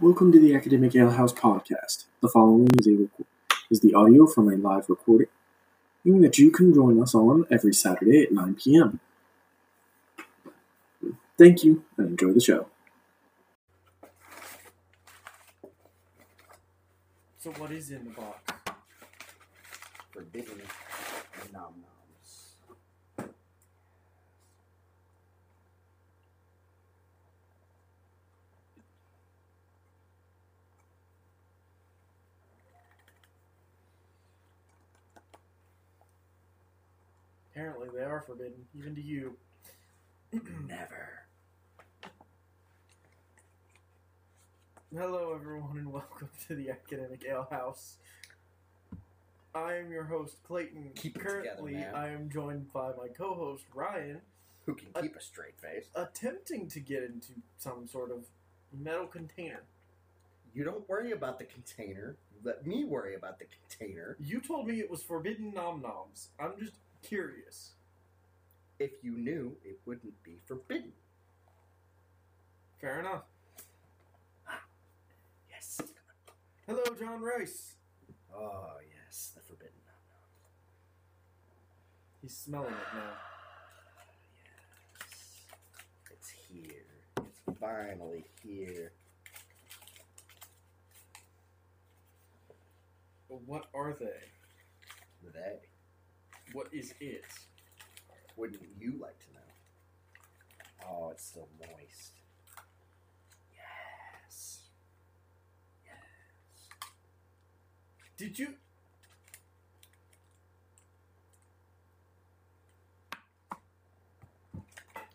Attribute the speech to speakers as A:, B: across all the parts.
A: Welcome to the Academic Ale House podcast. The following is, a reco- is the audio from a live recording, meaning that you can join us on every Saturday at 9 p.m. Thank you and enjoy the show.
B: So what is in the box?
C: forbidden nom noms.
B: Apparently they are forbidden, even to you.
C: Never.
B: Hello everyone and welcome to the Academic Ale House. I am your host Clayton.
C: Keep it together,
B: Currently
C: man.
B: I am joined by my co-host Ryan,
C: Who can
B: Uh,
C: keep a straight face?
B: attempting to get into some sort of metal container.
C: You don't worry about the container. You let me worry about the container.
B: You told me it was forbidden nom noms. I'm just curious.
C: If you knew, it wouldn't be forbidden.
B: Fair enough.
C: Yes.
B: Hello John Rice.
C: Oh, yes, the forbidden nom
B: He's smelling it now.
C: noms. It's here. It's finally here.
B: But what are they?
C: They.
B: What is it?
C: Wouldn't you like to know? Oh, it's still moist. Yes. Yes.
B: Did you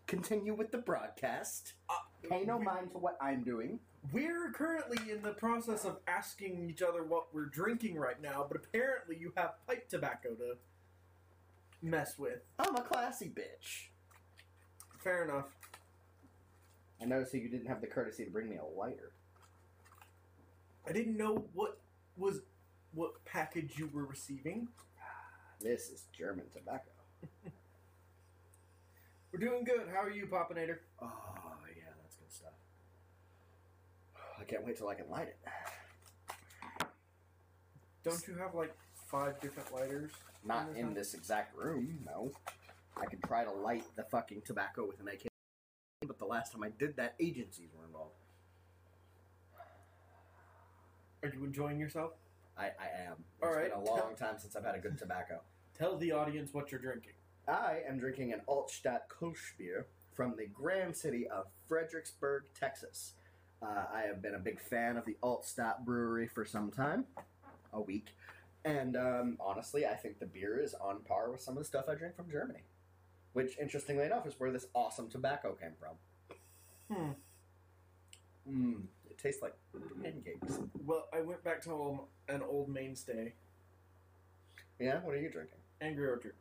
C: continue with the broadcast.
B: Uh,
C: Pay no mind to what I'm doing.
B: We're currently in the process of asking each other what we're drinking right now, but apparently you have pipe tobacco to mess with.
C: I'm a classy bitch.
B: Fair enough.
C: I noticed that you didn't have the courtesy to bring me a lighter.
B: I didn't know what was what package you were receiving.
C: This is German tobacco.
B: We're doing good. How are you, Popinator?
C: Oh, yeah, that's good stuff. I can't wait till I can light it.
B: Don't you have like five different lighters?
C: Not in this exact room, no. I can try to light the fucking tobacco with an AK, but the last time I did that, agencies were involved.
B: Are you enjoying yourself?
C: I, I am. It's
B: All
C: been
B: right.
C: a long time since I've had a good tobacco.
B: Tell the audience what you're drinking.
C: I am drinking an Altstadt Kolschbier from the grand city of Fredericksburg, Texas. Uh, I have been a big fan of the Altstadt Brewery for some time, a week, and um, honestly, I think the beer is on par with some of the stuff I drink from Germany, which, interestingly enough, is where this awesome tobacco came from.
B: Hmm.
C: Mm, it tastes like pancakes.
B: Well, I went back to um, an old mainstay,
C: Yeah, what are you drinking?
B: Angry Orchard.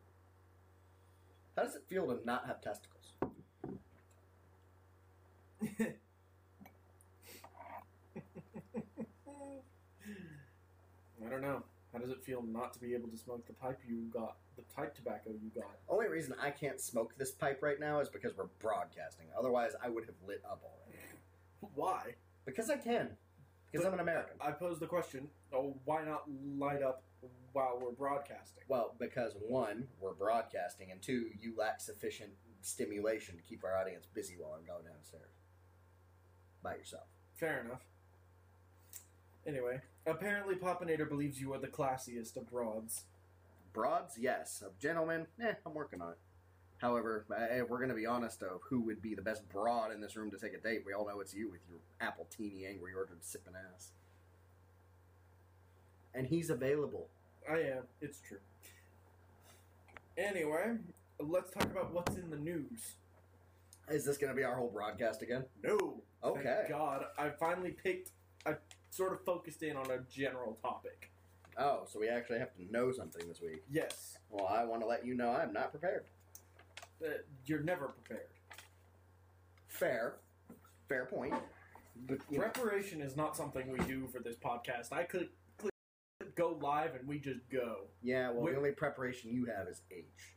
C: How does it feel to not have testicles?
B: I don't know. How does it feel not to be able to smoke the pipe you got, the pipe tobacco you got?
C: Only reason I can't smoke this pipe right now is because we're broadcasting. Otherwise, I would have lit up already.
B: Why?
C: Because I can. Because I'm an American.
B: I pose the question: oh, Why not light up while we're broadcasting?
C: Well, because one, we're broadcasting, and two, you lack sufficient stimulation to keep our audience busy while I'm going downstairs by yourself.
B: Fair enough. Anyway, apparently Popinator believes you are the classiest of broads.
C: Broads, yes. Of gentlemen, eh, I'm working on it. However, eh, if we're going to be honest, though, who would be the best broad in this room to take a date? We all know it's you with your apple teeny angry orchard sipping ass. And he's available.
B: I am. It's true. Anyway, let's talk about what's in the news.
C: Is this going to be our whole broadcast again?
B: No.
C: Okay.
B: Thank God, I finally picked. I sort of focused in on a general topic.
C: Oh, so we actually have to know something this week.
B: Yes,
C: Well, I want to let you know I'm not prepared.
B: uh, you're never prepared.
C: Fair. Fair point. But you know,
B: Preparation is not something we do for this podcast. I click, click go live and we just go.
C: yeah, well,
B: Wait.
C: the only preparation you have is age.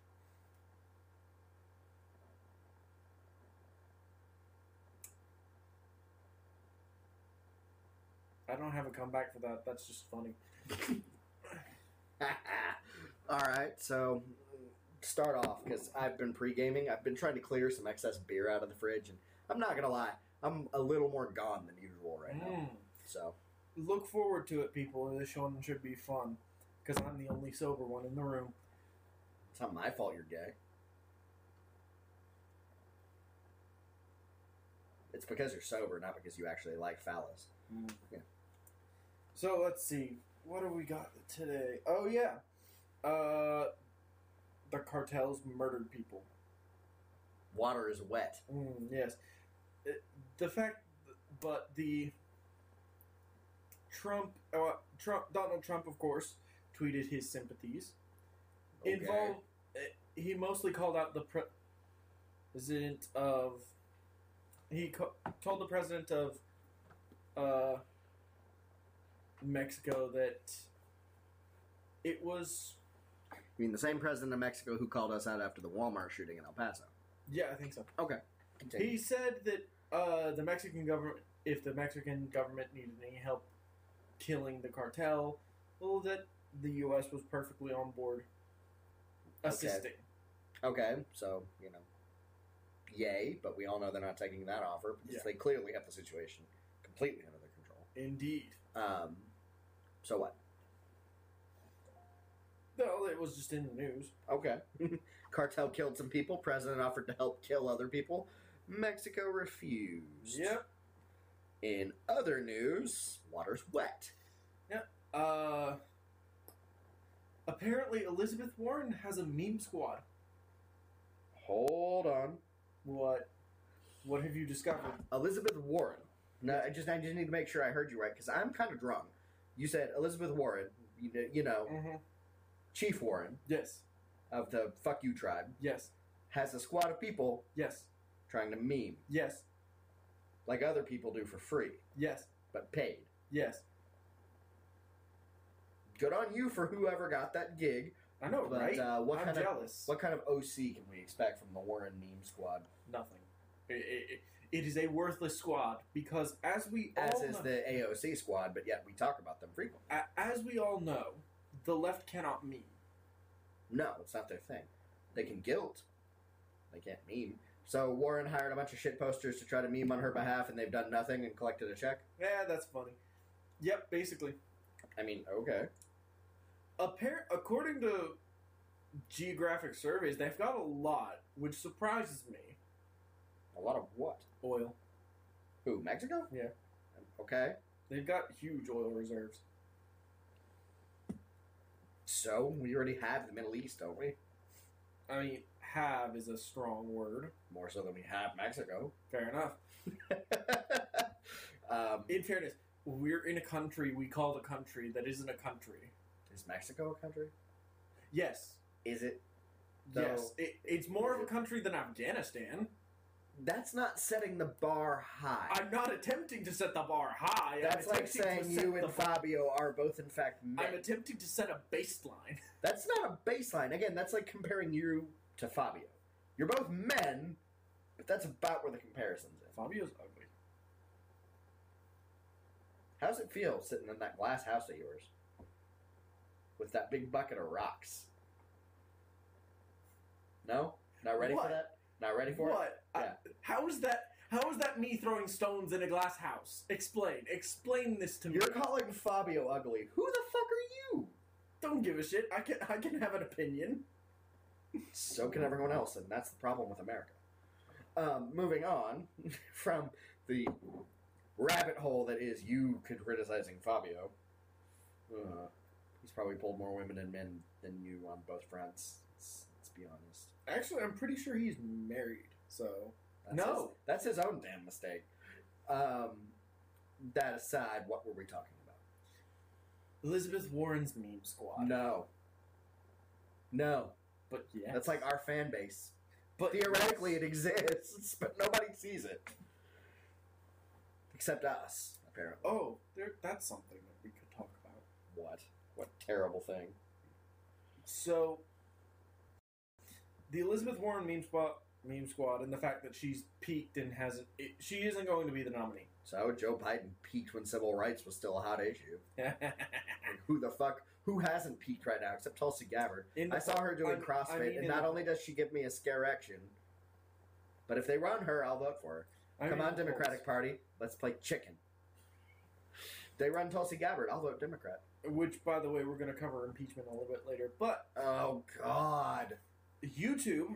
B: I don't have a comeback for that. That's just funny.
C: All right, so start off because I've been pre-gaming. I've been trying to clear some excess beer out of the fridge, and I'm not gonna lie, I'm a little more gone than usual right now.
B: Mm.
C: So
B: Look forward to it, people. This one should be fun because I'm the only sober one in the room.
C: it's not my fault you're gay. It's because you're sober, not because you actually like phallus. Yeah.
B: So let's see. What have we got today? Oh yeah, uh, the cartels murdered people.
C: Water is wet.
B: Mm, yes, It- the fact, but the Trump, uh, Trump, Donald Trump, of course, tweeted his sympathies.
C: Okay.
B: Involved, uh, he mostly called out the pre- president of. He co- told the president of uh, Mexico that it was.
C: I mean, the same president of Mexico who called us out after the Walmart shooting in El Paso.
B: Yeah, I think so.
C: Continue.
B: He said that uh, the Mexican government, if the Mexican government needed any help killing the cartel, well, that the U.S. was perfectly on board
C: Okay.
B: assisting.
C: Okay, so you know, yay! But we all know they're not taking that offer because
B: Yeah.
C: they clearly have the situation completely under their control.
B: Indeed.
C: Um, so what?
B: No, it was just in the news.
C: Okay, cartel killed some people. President offered to help kill other people. Mexico refused.
B: Yep.
C: In other news, water's wet.
B: Uh, apparently, Elizabeth Warren has a meme squad.
C: Hold on,
B: What? What have you discovered?
C: Elizabeth Warren. No, I just I just need to make sure I heard you right because I'm kind of drunk. You said Elizabeth Warren. You, kn- you know,
B: Mm-hmm.
C: Chief Warren
B: Yes.
C: of the Fuck You tribe.
B: Yes.
C: has a squad of people
B: Yes.
C: trying to meme
B: Yes.
C: like other people do for free,
B: Yes.
C: but paid.
B: Yes.
C: Good on you for whoever got that gig.
B: I know,
C: But,
B: Oh, right?
C: uh, what
B: I'm
C: kind of-
B: jealous.
C: What kind of OC can we expect from the Warren meme squad?
B: Nothing. I- I- I- it is a worthless squad because, as we all
C: As
B: know,
C: is the AOC squad, but yet we talk about them frequently.
B: a- as we all know, the left cannot meme.
C: No, it's not their thing. They can guilt. They can't meme. So Warren hired a bunch of shit posters to try to meme on her behalf, and they've done nothing and collected a check.
B: Yeah, that's funny. Yep, basically.
C: I mean, okay,
B: Appar- according to geographic surveys, they've got a lot, which surprises me.
C: a lot of what?
B: Oil.
C: Who? Mexico?
B: Yeah.
C: Okay.
B: They've got huge oil reserves.
C: So we already have the Middle East, don't we?
B: I mean, have is a strong word.
C: More so than we have Mexico.
B: Fair enough.
C: um,
B: In fairness, we're in a country we call the country that isn't a country.
C: is Mexico a country?
B: Yes.
C: Is it? So-
B: yes. It, it's more of a country than Afghanistan.
C: That's not setting the bar high.
B: I'm not attempting to set the bar high.
C: That's
B: I'm
C: like
B: attempting to
C: saying
B: set
C: you
B: the
C: and
B: bar-
C: Fabio are both, in fact, men.
B: I'm attempting to set a baseline.
C: that's not a baseline. Again, that's like comparing you to Fabio. You're both men, but that's about where the comparison's in.
B: Fabio's ugly.
C: How's it feel sitting in that glass house of yours with that big bucket of rocks? No, not ready
B: What?
C: for that. Not ready for it.
B: What? I-
C: Yeah.
B: how is that? How is that me throwing stones in a glass house? Explain. Explain this to me.
C: You're calling Fabio ugly. Who the fuck are you?
B: Don't give a shit. I can. I can have an opinion.
C: So can everyone else, and that's the problem with America. Um, moving on from the rabbit hole that is you criticizing Fabio. Uh, he's probably pulled more women and men than you on both fronts. Let's, let's be honest.
B: Actually, I'm pretty sure he's married. So
C: That's
B: No.
C: his- that's his own damn mistake. Um, that aside, what were we talking about?
B: Elizabeth Warren's meme squad.
C: No. No.
B: But yeah,
C: That's like our fan base.
B: But
C: Theoretically, it exists, but nobody sees it. Except us, apparently.
B: Oh, there. That's something that we could talk about.
C: What? What terrible thing.
B: So, the Elizabeth Warren meme spot meme squad and the fact that she's peaked and hasn't. It, she isn't going to be the nominee.
C: So Joe Biden peaked when civil rights was still a hot issue. Like, who the fuck? Who hasn't peaked right now except Tulsi Gabbard?
B: In
C: I saw her doing
B: I-
C: CrossFit,
B: I mean
C: and
B: in
C: not
B: the-
C: only does she give me a scare action, but if they run her, I'll vote for her.
B: I
C: Come
B: mean,
C: on, Democratic Party, let's play chicken. They run Tulsi Gabbard, I'll vote Democrat.
B: Which, by the way, we're going to cover impeachment a little bit later. But
C: Oh God.
B: YouTube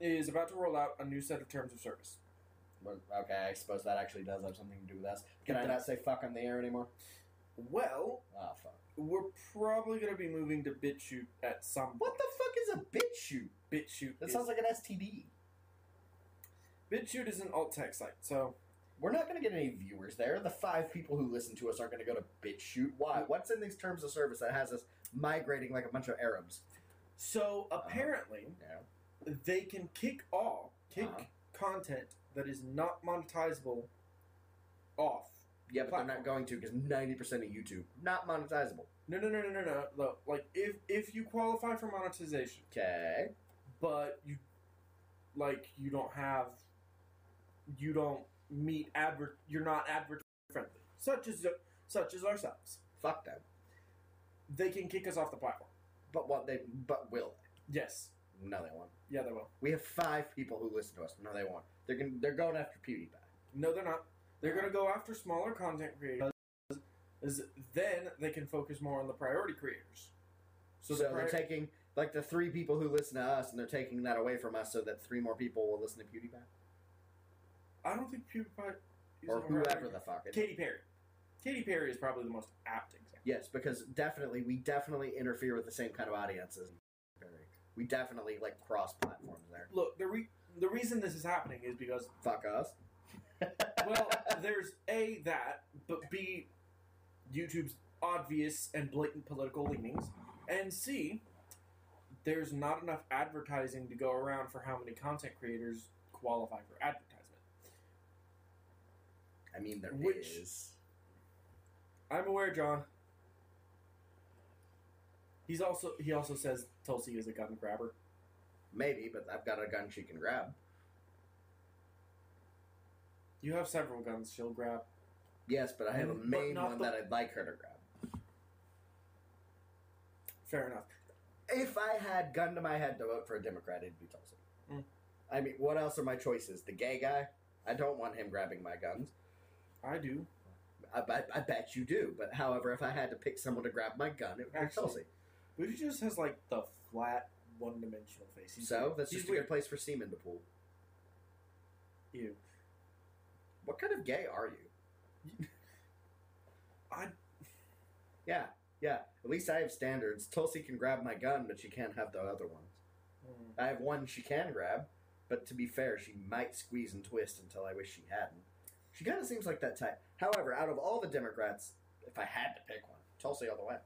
B: is about to roll out a new set of terms of service.
C: Well, Okay, I suppose that actually does have something to do with us. Can I
B: Done.
C: not say fuck on the air anymore?
B: Well,
C: Oh fuck.
B: we're probably going to be moving to BitChute at some
C: What the fuck is a bitch shoot?
B: BitChute.
C: That
B: is-
C: sounds like an STD.
B: BitChute is an alt tech site, so
C: We're not going to get any viewers there. The five people who listen to us aren't going to go to BitChute. Why? What's in these terms of service that has us migrating like a bunch of Arabs?
B: so
C: Uh-huh.
B: apparently
C: Yeah.
B: they can kick all kick
C: Uh-huh.
B: content that is not monetizable off.
C: Yeah, but they're not going to because 90% of YouTube, not monetizable.
B: No, no, no, no, no, no. no. Like if if you qualify for monetization,
C: Okay.
B: but you like you don't have you don't meet advert you're not advert friendly such as such as ourselves
C: Fuck them.
B: they can kick us off the platform
C: But what they, but will
B: yes
C: they? No, they won't.
B: yeah they will
C: We have five people who listen to us. No, they won't. They're going, they're going after PewDiePie.
B: no they're not they're going to go after smaller content creators is then they can focus more on the priority creators
C: So,
B: so, the
C: they're
B: prior-
C: taking like the three people who listen to us, and they're taking that away from us so that three more people will listen to PewDiePie
B: i don't think pewdiepie is
C: or
B: a
C: whoever
B: priority.
C: the fuck. It
B: katy perry katy perry is probably the most apt example
C: Yes, because definitely we definitely interfere with the same kind of audiences. We definitely like cross platforms there.
B: look the re- the reason this is happening is because
C: Fuck us.
B: well, there's A, that, but B, YouTube's obvious and blatant political leanings, and C, there's not enough advertising to go around for how many content creators qualify for advertisement.
C: I mean, there is.
B: Which- I'm aware, John. He's also he also says Tulsi is a gun grabber.
C: maybe, but I've got a gun she can grab.
B: You have several guns she'll grab.
C: Yes, but I have a
B: But
C: main
B: not
C: one
B: the-
C: that I'd like her to grab.
B: Fair enough.
C: If I had gun to my head to vote for a Democrat, it'd be Tulsi.
B: Mm.
C: I mean, what else are my choices? The gay guy. I don't want him grabbing my guns.
B: I do.
C: I, I, I bet you do. But however, if I had to pick someone to grab my gun, it would be
B: Actually,
C: Tulsi.
B: But he just has like the flat one dimensional face. He's
C: So that's
B: he's
C: just a
B: weird.
C: good place for semen to pool.
B: Ew.
C: What kind of gay are you?
B: I
C: Yeah, yeah. At least I have standards. Tulsi can grab my gun, but she can't have the other ones.
B: mm.
C: I have one she can grab, but to be fair, she might squeeze and twist until I wish she hadn't. She kind of seems like that type. However, out of all the Democrats, if I had to pick one, Tulsi all the way.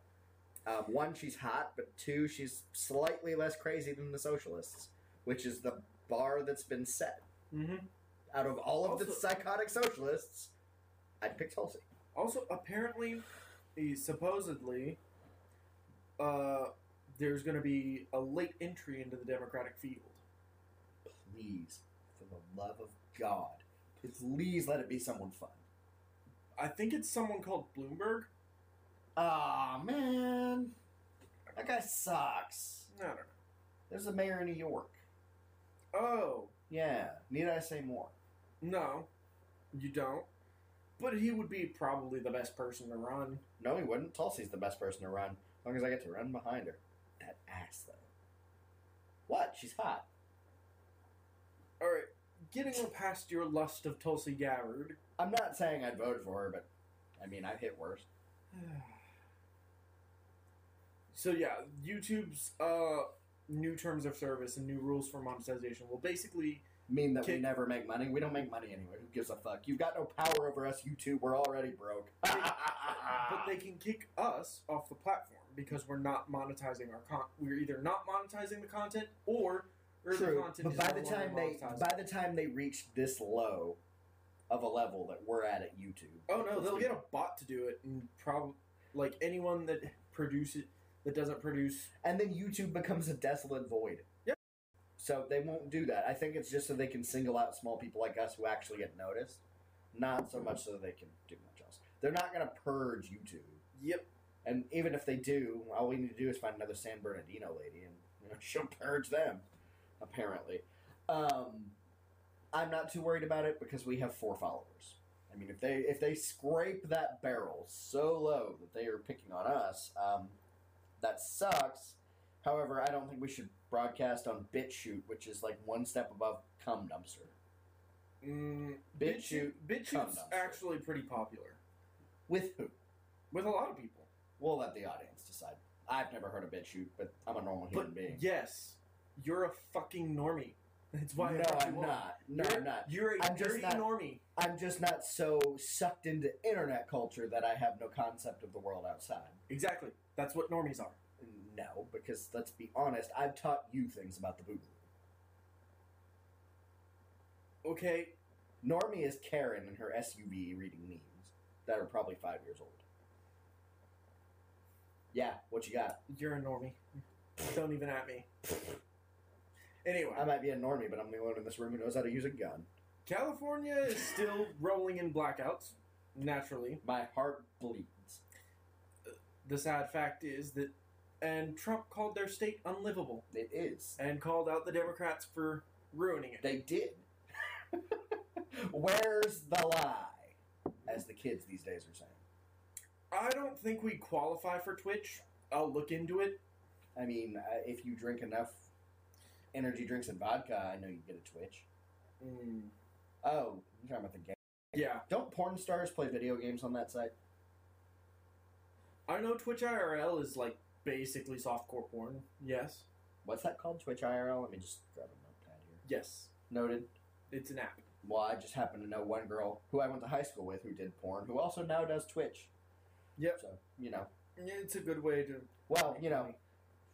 C: Um, one, she's hot, but two, she's slightly less crazy than the socialists, which is the bar that's been set.
B: Mm-hmm.
C: Out of all of the
B: Also-
C: psychotic socialists, I'd pick Tulsi.
B: Also, apparently, eh, supposedly, uh, there's going to be a late entry into the Democratic field.
C: please, for the love of God, please let it be someone fun.
B: I think it's someone called Bloomberg.
C: Ah man, that guy sucks.
B: I don't know.
C: There's a mayor in New York.
B: Oh
C: Yeah, need I say more?
B: no, you don't. But he would be probably the best person to run.
C: No, he wouldn't. Tulsi's the best person to run, as long as I get to run behind her. That ass though. What? She's hot.
B: All right, getting past your lust of Tulsi Gabbard.
C: I'm not saying I'd vote for her, but I mean I've hit worse.
B: So yeah, YouTube's uh, new terms of service and new rules for monetization will basically
C: Mean that we
B: Kick-
C: never make money. We don't make money anyway. Who gives a fuck? You've got no power over us, you two. We're already broke. Ah.
B: but they can kick us off the platform because we're not monetizing our con. We're either not monetizing the content or, or the
C: True,
B: content
C: but
B: is
C: by
B: no
C: the
B: longer
C: time they
B: monetized.
C: by the time they reach this low of a level that we're at at YouTube,
B: oh no, they'll get a bot to do it, and probably like anyone that produces that doesn't produce.
C: and then YouTube becomes a desolate void.
B: Yeah.
C: So they won't do that. I think it's just so they can single out small people like us who actually get noticed, not
B: Mm-hmm.
C: so much so they can do much else. They're not going to purge YouTube.
B: Yep.
C: And even if they do, all we need to do is find another San Bernardino lady, and you know, she'll purge them. Apparently, um, I'm not too worried about it because we have four followers. I mean, if they if they scrape that barrel so low that they are picking on us, um, that sucks. However, I don't think we should broadcast on BitChute, which is like one step above Cum Dumpster.
B: Mm,
C: BitChute
B: BitChute's
C: Come on,
B: actually pretty popular
C: with who?
B: with a lot of people.
C: We'll let the audience decide. I've never heard of BitChute, but I'm a normal human
B: But
C: being.
B: yes, you're a fucking normie. That's why. I
C: no,
B: brought
C: I'm
B: you on.
C: not. No,
B: you're,
C: I'm not.
B: You're a
C: I'm just
B: dirty
C: not-
B: normie.
C: I'm just not so sucked into internet culture that I have no concept of the world outside.
B: Exactly. That's what normies are.
C: No, because let's be honest, I've taught you things about the boogaloo.
B: Okay.
C: Normie is Karen in her SUV reading memes that are probably five years old. Yeah, what you got?
B: You're a normie. Don't even at me. Anyway,
C: I might be a normie, but I'm the only one in this room who knows how to use a gun.
B: California is still rolling in blackouts. Naturally,
C: My heart bleeds.
B: the sad fact is that, and Trump called their state unlivable
C: It is.
B: and called out the Democrats for ruining it.
C: They did. Where's the lie? As the kids these days are saying.
B: I don't think we qualify for Twitch. I'll look into it.
C: I mean, uh, if you drink enough energy drinks and vodka, I know you get a twitch.
B: Mm,
C: Oh, you're talking about the game.
B: yeah,
C: Don't porn stars play video games on that site?
B: I know Twitch IRL is like basically softcore porn. Yes,
C: What's that called? Twitch IRL? Let me just grab a notepad here.
B: yes,
C: Noted.
B: it's an app.
C: Well, I just happen to know one girl who I went to high school with who did porn, who also now does Twitch.
B: Yep.
C: So, you know.
B: It's a good way to.
C: Well, you know,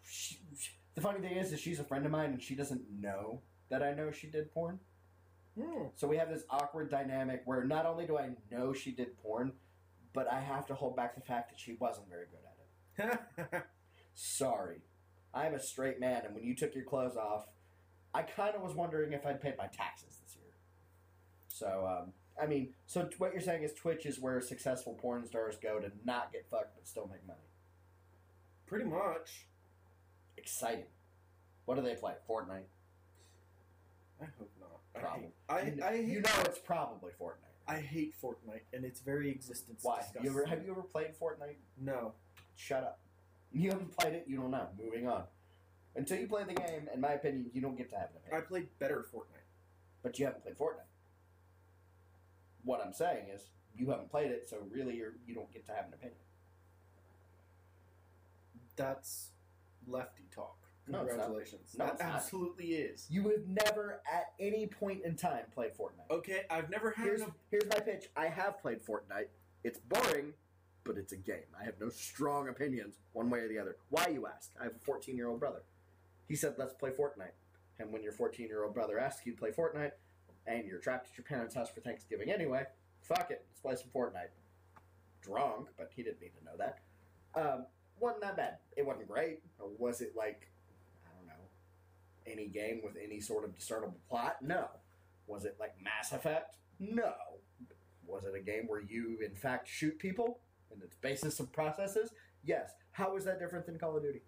C: she, she- the funny thing is, is she's a friend of mine and she doesn't know that I know she did porn.
B: Hmm.
C: So we have this awkward dynamic where not only do I know she did porn, but I have to hold back the fact that she wasn't very good at it. Sorry. I'm a straight man, and when you took your clothes off, I kind of was wondering if I'd paid my taxes this year. So, um, I mean, so t- what you're saying is Twitch is where successful porn stars go to not get fucked but still make money.
B: Pretty much.
C: Exciting. What do they play? Fortnite?
B: I hope not.
C: Problem.
B: I
C: you,
B: hate,
C: kn-
B: I, I hate,
C: you know it's probably Fortnite.
B: I hate Fortnite and its very existence.
C: Why?
B: disgusts
C: You ever,
B: me.
C: have you ever played Fortnite?
B: No.
C: shut up. You haven't played it, you don't know. Moving on. Until you play the game, in my opinion, you don't get to have an
B: I
C: opinion.
B: played better Fortnite.
C: But you haven't played Fortnite. What I'm saying is, you haven't played it, so really you're, you don't get to have an opinion.
B: That's lefty talk.
C: No, it's not.
B: Congratulations.
C: No,
B: that
C: it's not.
B: absolutely is.
C: You have never, at any point in time, played Fortnite.
B: Okay, I've never had
C: here's,
B: an op-
C: here's my pitch. I have played Fortnite. It's boring, but it's a game. I have no strong opinions one way or the other. Why, you ask? I have a 14 year old brother. He said, let's play Fortnite. And when your 14 year old brother asks you to play Fortnite, and you're trapped at your parents' house for Thanksgiving anyway, fuck it, let's play some Fortnite. Drunk, but he didn't need to know that. Um, wasn't that bad. It wasn't great. Or was it like, I don't know, any game with any sort of discernible plot? No. Was it like Mass Effect? No. Was it a game where you, in fact, shoot people and its basis of processes? Yes. How is that different than Call of Duty?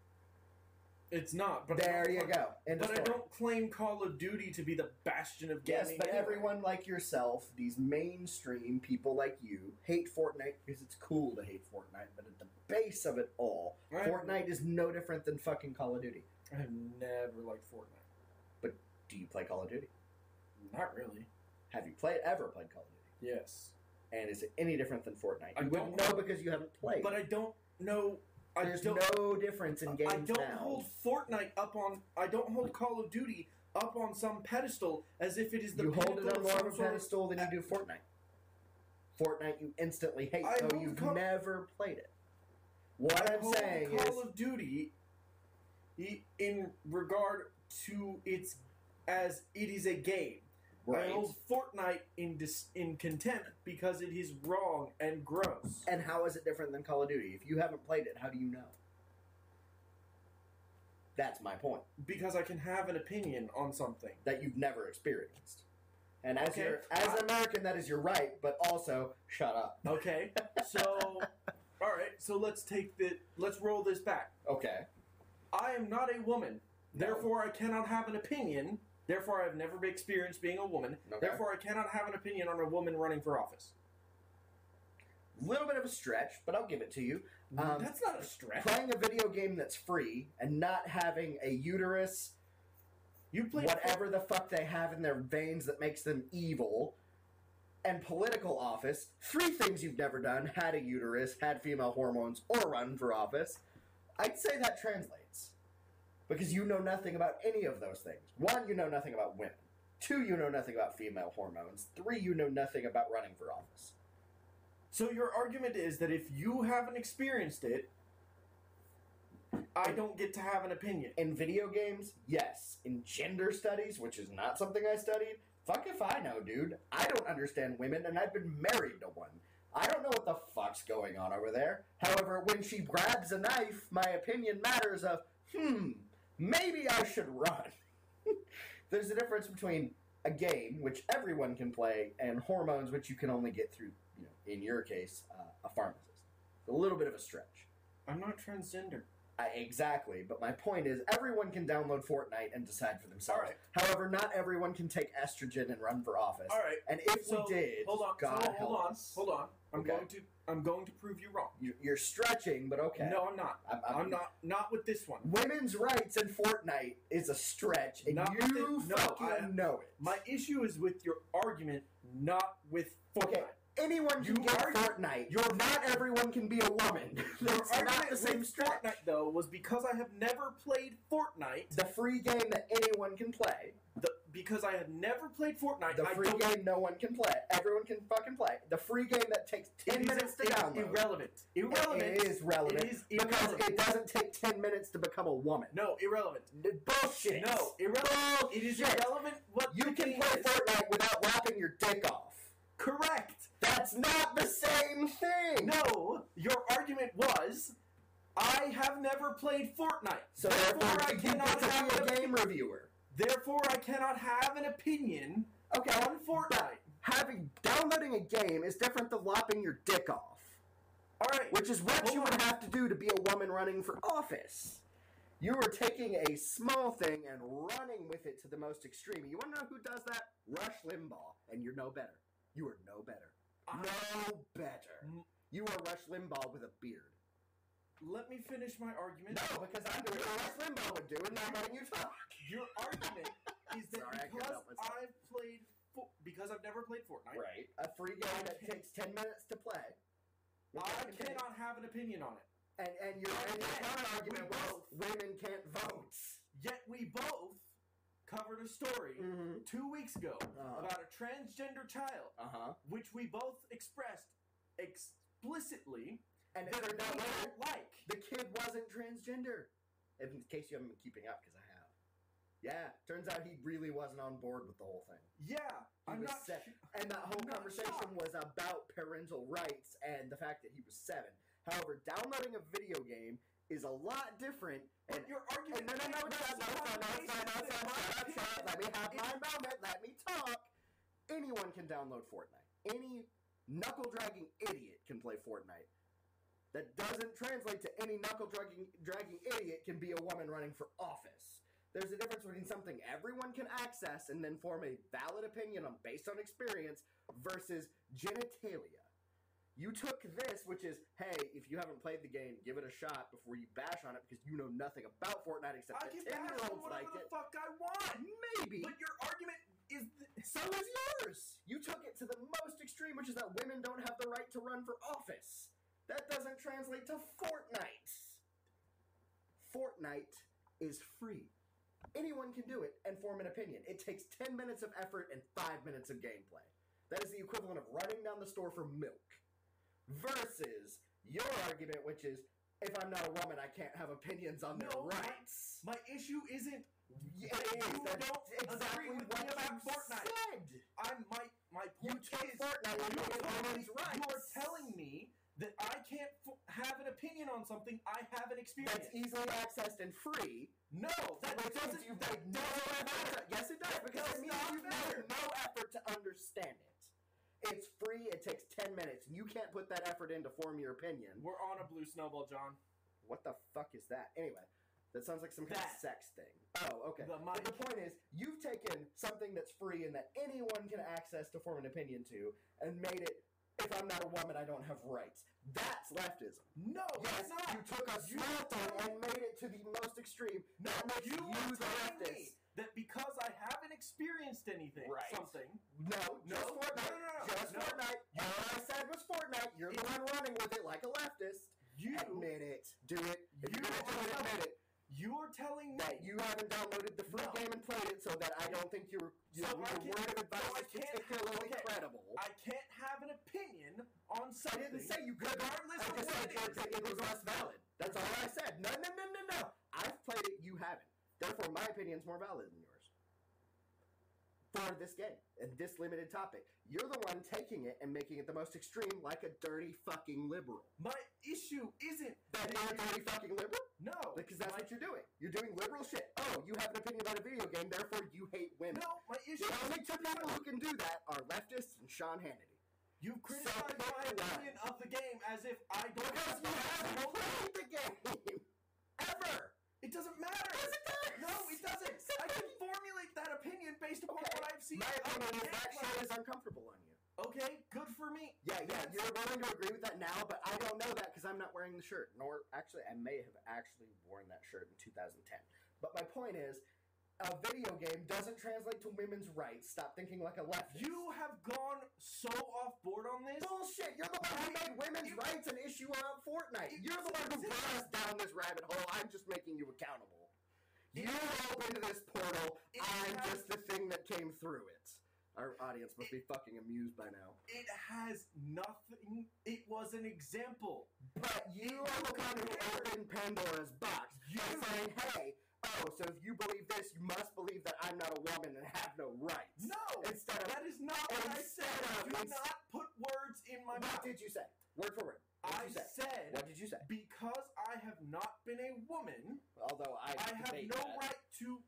B: It's not, but I
C: there
B: don't
C: you
B: want-
C: go. End of
B: But I
C: story.
B: don't claim Call of Duty to be the bastion of gaming.
C: Yes, but
B: anyway.
C: everyone like yourself, these mainstream people like you, hate Fortnite because it's cool to hate Fortnite, but at the base of it all,
B: I have-
C: Fortnite is no different than fucking Call of Duty.
B: I have never liked Fortnite.
C: Do you play Call of Duty?
B: Not really.
C: Have you played ever played Call of Duty?
B: Yes,
C: And is it any different than Fortnite?
B: I
C: You
B: don't
C: wouldn't know because you haven't played.
B: but I don't know. I
C: There's
B: don't.
C: no difference in games
B: I don't
C: now.
B: hold Fortnite up on. I don't hold Call of Duty up on some pedestal as if it is the
C: you hold it
B: pinnacle
C: on more
B: some
C: of a
B: sort of-
C: pedestal than you do Fortnite. Fortnite, you instantly hate,
B: I
C: though
B: hold
C: you've
B: Call-
C: never played it. What
B: I
C: I'm
B: hold
C: saying
B: Call
C: is,
B: of Duty i- in regard to its as it is a game. I
C: right?
B: hold Fortnite in dis, in contempt because it is wrong and gross.
C: And how is it different than Call of Duty? If you haven't played it, how do you know? That's my point.
B: because I can have an opinion on something.
C: That you've never experienced. And as
B: Okay.
C: your as an American, that is your right, but also shut up.
B: Okay, so all right, so let's take the let's roll this back.
C: Okay.
B: I am not a woman,
C: No.
B: therefore I cannot have an opinion. Therefore, I have never been experienced being a woman.
C: Okay.
B: Therefore, I cannot have an opinion on a woman running for office.
C: Little bit of a stretch, but I'll give it to you. Um,
B: That's not a stretch.
C: Playing a video game that's free and not having a uterus,
B: You played
C: whatever the fuck they have in their veins that makes them evil, and political office, three things you've never done, had a uterus, had female hormones, or run for office, I'd say that translates. Because you know nothing about any of those things. One, you know nothing about women. Two, you know nothing about female hormones. Three, you know nothing about running for office.
B: So your argument is that if you haven't experienced it, I don't get to have an opinion.
C: In video games, yes. In gender studies, which is not something I studied, fuck if I know, dude. I don't understand women, and I've been married to one. I don't know what the fuck's going on over there. However, when she grabs a knife, my opinion matters of, hmm, maybe I should run. There's a difference between a game, which everyone can play, and hormones, which you can only get through, you know, in your case, uh, a pharmacist. A little bit of a stretch.
B: I'm not transgender.
C: I, exactly, but my point is everyone can download Fortnite and decide for themselves.
B: Alright.
C: However, not everyone can take estrogen and run for office.
B: All right.
C: And if
B: So,
C: we did,
B: Hold on.
C: God
B: so,
C: help
B: hold on.
C: us.
B: Hold on. I'm
C: Okay.
B: going to I'm going to prove you wrong.
C: You- You're stretching, but okay.
B: No, I'm not.
C: I'm,
B: I'm not not with this one.
C: Women's rights in Fortnite is a stretch, and
B: Not with
C: you
B: it- no,
C: fucking
B: I-
C: know it.
B: My issue is with your argument, not with Fortnite.
C: Okay. Anyone can
B: You
C: get
B: are-
C: Fortnite.
B: you're-
C: not everyone can be a woman.
B: Your
C: That's not
B: argument
C: the same
B: with
C: stretch.
B: Fortnite though was because I have never played Fortnite.
C: The free game that anyone can play.
B: The, because I have never played Fortnite.
C: The
B: I
C: free
B: don't-
C: game no one can play. Everyone can fucking play. The free game that takes
B: it
C: 10
B: is-
C: minutes to
B: it is
C: download.
B: Irrelevant. Irrelevant.
C: It is relevant.
B: It is
C: because
B: irrelevant.
C: it doesn't take 10 minutes to become a woman.
B: No, irrelevant.
C: Bullshit.
B: No, irrelevant. It is
C: Bullshit.
B: irrelevant what the
C: You can
B: game
C: play
B: is.
C: Fortnite without lopping your dick off.
B: Correct.
C: That's not the same thing.
B: No, your argument was I have never played Fortnite.
C: So
B: therefore
C: therefore,
B: I
C: you get
B: cannot
C: to
B: have
C: be
B: an
C: a game reviewer.
B: Therefore I cannot have an opinion
C: Okay.
B: on Fortnite.
C: Having downloading a game is different than lopping your dick off,
B: All right.
C: which is what
B: Hold
C: you
B: on.
C: would have to do to be a woman running for office. You are taking a small thing and running with it to the most extreme. You want to know who does that? Rush Limbaugh, and you're no better. You are no better.
B: I-
C: No better.
B: Ah. Mm.
C: You are Rush Limbaugh with a beard.
B: let me finish my argument.
C: No, because I'm doing what Rush Limbaugh would do and not letting you talk.
B: Your argument is that
C: Sorry, I couldn't
B: because
C: help myself.
B: I've played Fo- because I've never played Fortnite,
C: Right. A free game that takes 10 minutes to play.
B: I cannot have an opinion on it.
C: And, and your and your counter argument
B: We
C: was
B: both-
C: women can't vote.
B: Yet we both covered a story
C: Mm-hmm.
B: two weeks ago
C: Uh-huh.
B: about a transgender child,
C: Uh huh.
B: which we both expressed explicitly
C: And it
B: that we
C: turned out later,
B: don't like.
C: the kid wasn't transgender. In case you haven't been keeping up, because I have. Yeah, turns out he really wasn't on board with the whole thing.
B: Yeah,
C: He
B: I'm
C: was
B: not.
C: set. And that whole conversation was about parental rights and the fact that he was seven. However, downloading a video game is a lot different. And,
B: But your
C: and
B: argument.
C: no, no, no, no, no, no, no, no, no, no, no, no, no, no, let me have my moment. Let me talk. Anyone can download Fortnite. Any knuckle dragging idiot can play Fortnite. That doesn't translate to any knuckle dragging dragging idiot can be a woman running for office. There's a difference between something everyone can access and then form a valid opinion on based on experience versus genitalia. You took this, which is, hey, if you haven't played the game, give it a shot before you bash on it because you know nothing about Fortnite except that
B: I can
C: 10 year
B: bash on
C: olds like
B: whatever the
C: it.
B: fuck I want.
C: Maybe.
B: But your argument is th-
C: So is yours. You took it to the most extreme, which is that women don't have the right to run for office. That doesn't translate to Fortnite. Fortnite is free. Anyone can do it and form an opinion. It takes 10 minutes of effort and 5 minutes of gameplay. That is the equivalent of running down the store for milk. Versus your argument, which is if I'm not a woman, I can't have opinions on their
B: No, my-
C: rights.
B: my issue. Isn't
C: Yeah, it is.
B: You
C: That's
B: don't
C: exactly
B: agree with
C: what
B: me about
C: you
B: Fortnite.
C: said.
B: I my my
C: You
B: point
C: took
B: is
C: Fortnite and
B: you
C: made it
B: told me-
C: women's rights.
B: you are telling me that I can't f- have an opinion on something I haven't
C: It's
B: experienced.
C: easily accessed and free.
B: no, that
C: Which means
B: doesn't.
C: you've
B: that
C: made no
B: doesn't
C: effort.
B: matter.
C: Yes, it does because
B: That's
C: it means
B: not
C: you've
B: fair.
C: made no effort to understand it. It's free. It takes ten minutes, and you can't put that effort in to form your opinion.
B: We're on a blue snowball, John.
C: What the fuck is that? Anyway, that sounds like some kind
B: That.
C: of sex thing. Oh, okay.
B: The
C: But the
B: mic.
C: point is, you've taken something that's free and that anyone can access to form an opinion to, and made it. If I'm not a woman, I don't have rights. That's leftism.
B: No,
C: Yes,
B: it's not.
C: you took a
B: You-
C: small thing and made it to the most extreme.
B: No,
C: that makes
B: you,
C: you,
B: are
C: the
B: telling
C: leftist.
B: me that because I haven't experienced anything,
C: Right.
B: something,
C: No,
B: No,
C: just Fortnite.
B: no, no, no, no,
C: Just
B: no.
C: Fortnite. All I said was Fortnite. You're the
B: It-
C: one running with it like a leftist.
B: you
C: Admit it. Do it. If you're gonna
B: You
C: do it,
B: are-
C: admit it.
B: you are telling me
C: That you haven't downloaded the free
B: No.
C: game and played it, so that I don't think your your,
B: So I
C: your
B: can-
C: word of advice
B: so I
C: is
B: can't-
C: particularly
B: okay.
C: credible.
B: I can't have an opinion on
C: I
B: something.
C: didn't say you could.
B: Regardless
C: I just
B: of what
C: said
B: it
C: your
B: is.
C: opinion was less valid. That's all I said. No, no, no, no, no. I've played it. You haven't. Therefore, my opinion's more valid than yours. For this game and this limited topic, you're the one taking it and making it the most extreme, like a dirty fucking liberal.
B: My issue isn't
C: That you're a dirty fucking liberal
B: no,
C: because that's
B: my,
C: what you're doing. You're doing liberal shit. Oh, you have an opinion about a video game, therefore you hate women.
B: no. My issue.
C: The only two people who can do that are leftists and Sean Hannity.
B: You
C: So-
B: criticized my opinion of the game as if I don't.
C: Because you haven't played the game ever.
B: It doesn't matter.
C: Yes, it does.
B: No, it doesn't. I can formulate that opinion based upon
C: Okay,
B: what I've seen.
C: My opinion is
B: Okay,
C: that show is uncomfortable on you.
B: Okay, good for me.
C: Yeah, yeah,
B: That's-
C: you're willing to agree with that now, but I don't know that because I'm not wearing the shirt. Nor actually, I may have actually worn that shirt in 2010. But my point is, a video game doesn't translate to women's rights. Stop thinking like a leftist.
B: You have gone so off board on this.
C: bullshit. You're the one who made women's
B: You-
C: rights an issue on Fortnite.
B: You-
C: You're the one who brought us down this rabbit hole. I'm just making you accountable. You opened this portal.
B: It
C: I'm
B: has-
C: just the thing that came through it. Our audience must be fucking amused by now.
B: It has nothing. It was an example.
C: But you are the one who opened Pandora's box.
B: You-
C: You're saying, hey, oh, so if you believe this, you must believe that I'm not a woman and have no rights.
B: No,
C: Instead of.
B: that is not what I said.
C: Instead of-
B: Do not put words in my
C: What
B: mouth.
C: did you say? Word for word. What did
B: I
C: you say?
B: said
C: What did you say?
B: because I have not been a woman,
C: Although I,
B: I have
C: debate
B: no
C: that.
B: right to.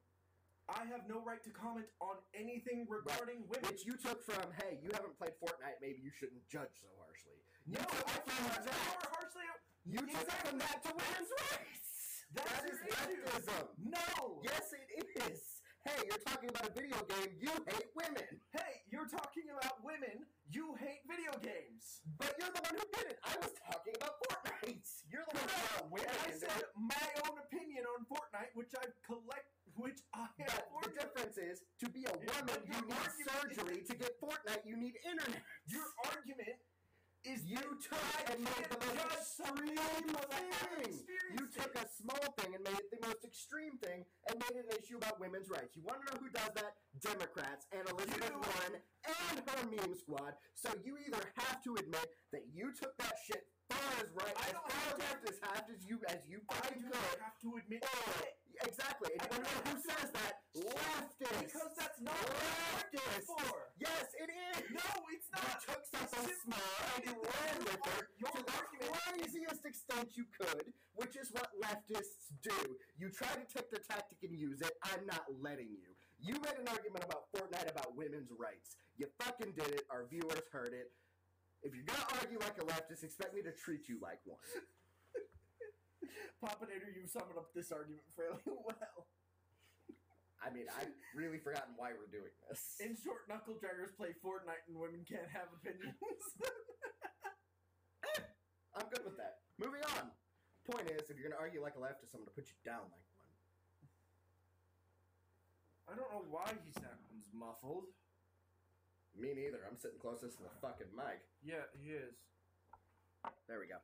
B: I have no right to comment on anything regarding women.
C: Which you took from, hey, you haven't played Fortnite, maybe you shouldn't judge so harshly.
B: no,
C: you
B: I
C: took it from
B: found
C: that.
B: more harshly.
C: You took it
B: Exactly.
C: from that to women's rights!
B: That's
C: That is
B: your issue.
C: leftism!
B: No.
C: Yes, it is! Hey, you're talking about a video game, you hate women!
B: Hey, you're talking about women. You hate video games.
C: But you're the one who did it! I was talking about Fortnite! You're the one who
B: No,
C: about women!
B: I said my own opinion on Fortnite, which I collect, which I have
C: but the difference is, to be a
B: Yeah,
C: woman,
B: but
C: you
B: your
C: need
B: argument-
C: surgery. To get Fortnite, you need internet.
B: Your argument is
C: You took and made
B: can't
C: the
B: judge
C: most
B: something because I haven't
C: extreme thing.
B: experienced
C: You took
B: it.
C: a small thing and made it the most extreme thing and made it an issue about women's rights. You want to know who does that? Democrats and Elizabeth
B: You-
C: Warren and her meme squad. So you either have to admit that you took that shit far as right,
B: I
C: as
B: don't
C: far
B: have
C: left as half as you as you
B: I
C: fucking
B: do
C: could.
B: not have to admit
C: Or,
B: it
C: exactly.
B: I
C: And you
B: don't
C: know who
B: have to-
C: says that? Leftists.
B: because that's not what I
C: leftists.
B: argued for.
C: Yes, it is.
B: No, it's
C: You
B: not.
C: took something
B: It's
C: small and you
B: your
C: ran with it
B: argument-
C: to
B: your argument-
C: the craziest extent you could, which is what leftists do. You try to take their tactic and use it. I'm not letting you. You made an argument about Fortnite about women's rights. You fucking did it. Our viewers heard it. If you're gonna argue like a leftist, expect me to treat you like one.
B: Popinator, you summed up this argument fairly well.
C: I mean, I've really forgotten why we're doing this.
B: In short, knuckle draggers play Fortnite and women can't have opinions.
C: I'm good with that. Moving on. Point is, if you're gonna argue like a leftist, I'm gonna put you down like one.
B: I don't know why he sounds muffled.
C: Me neither. I'm sitting closest to the fucking mic.
B: Yeah, he is.
C: There we go.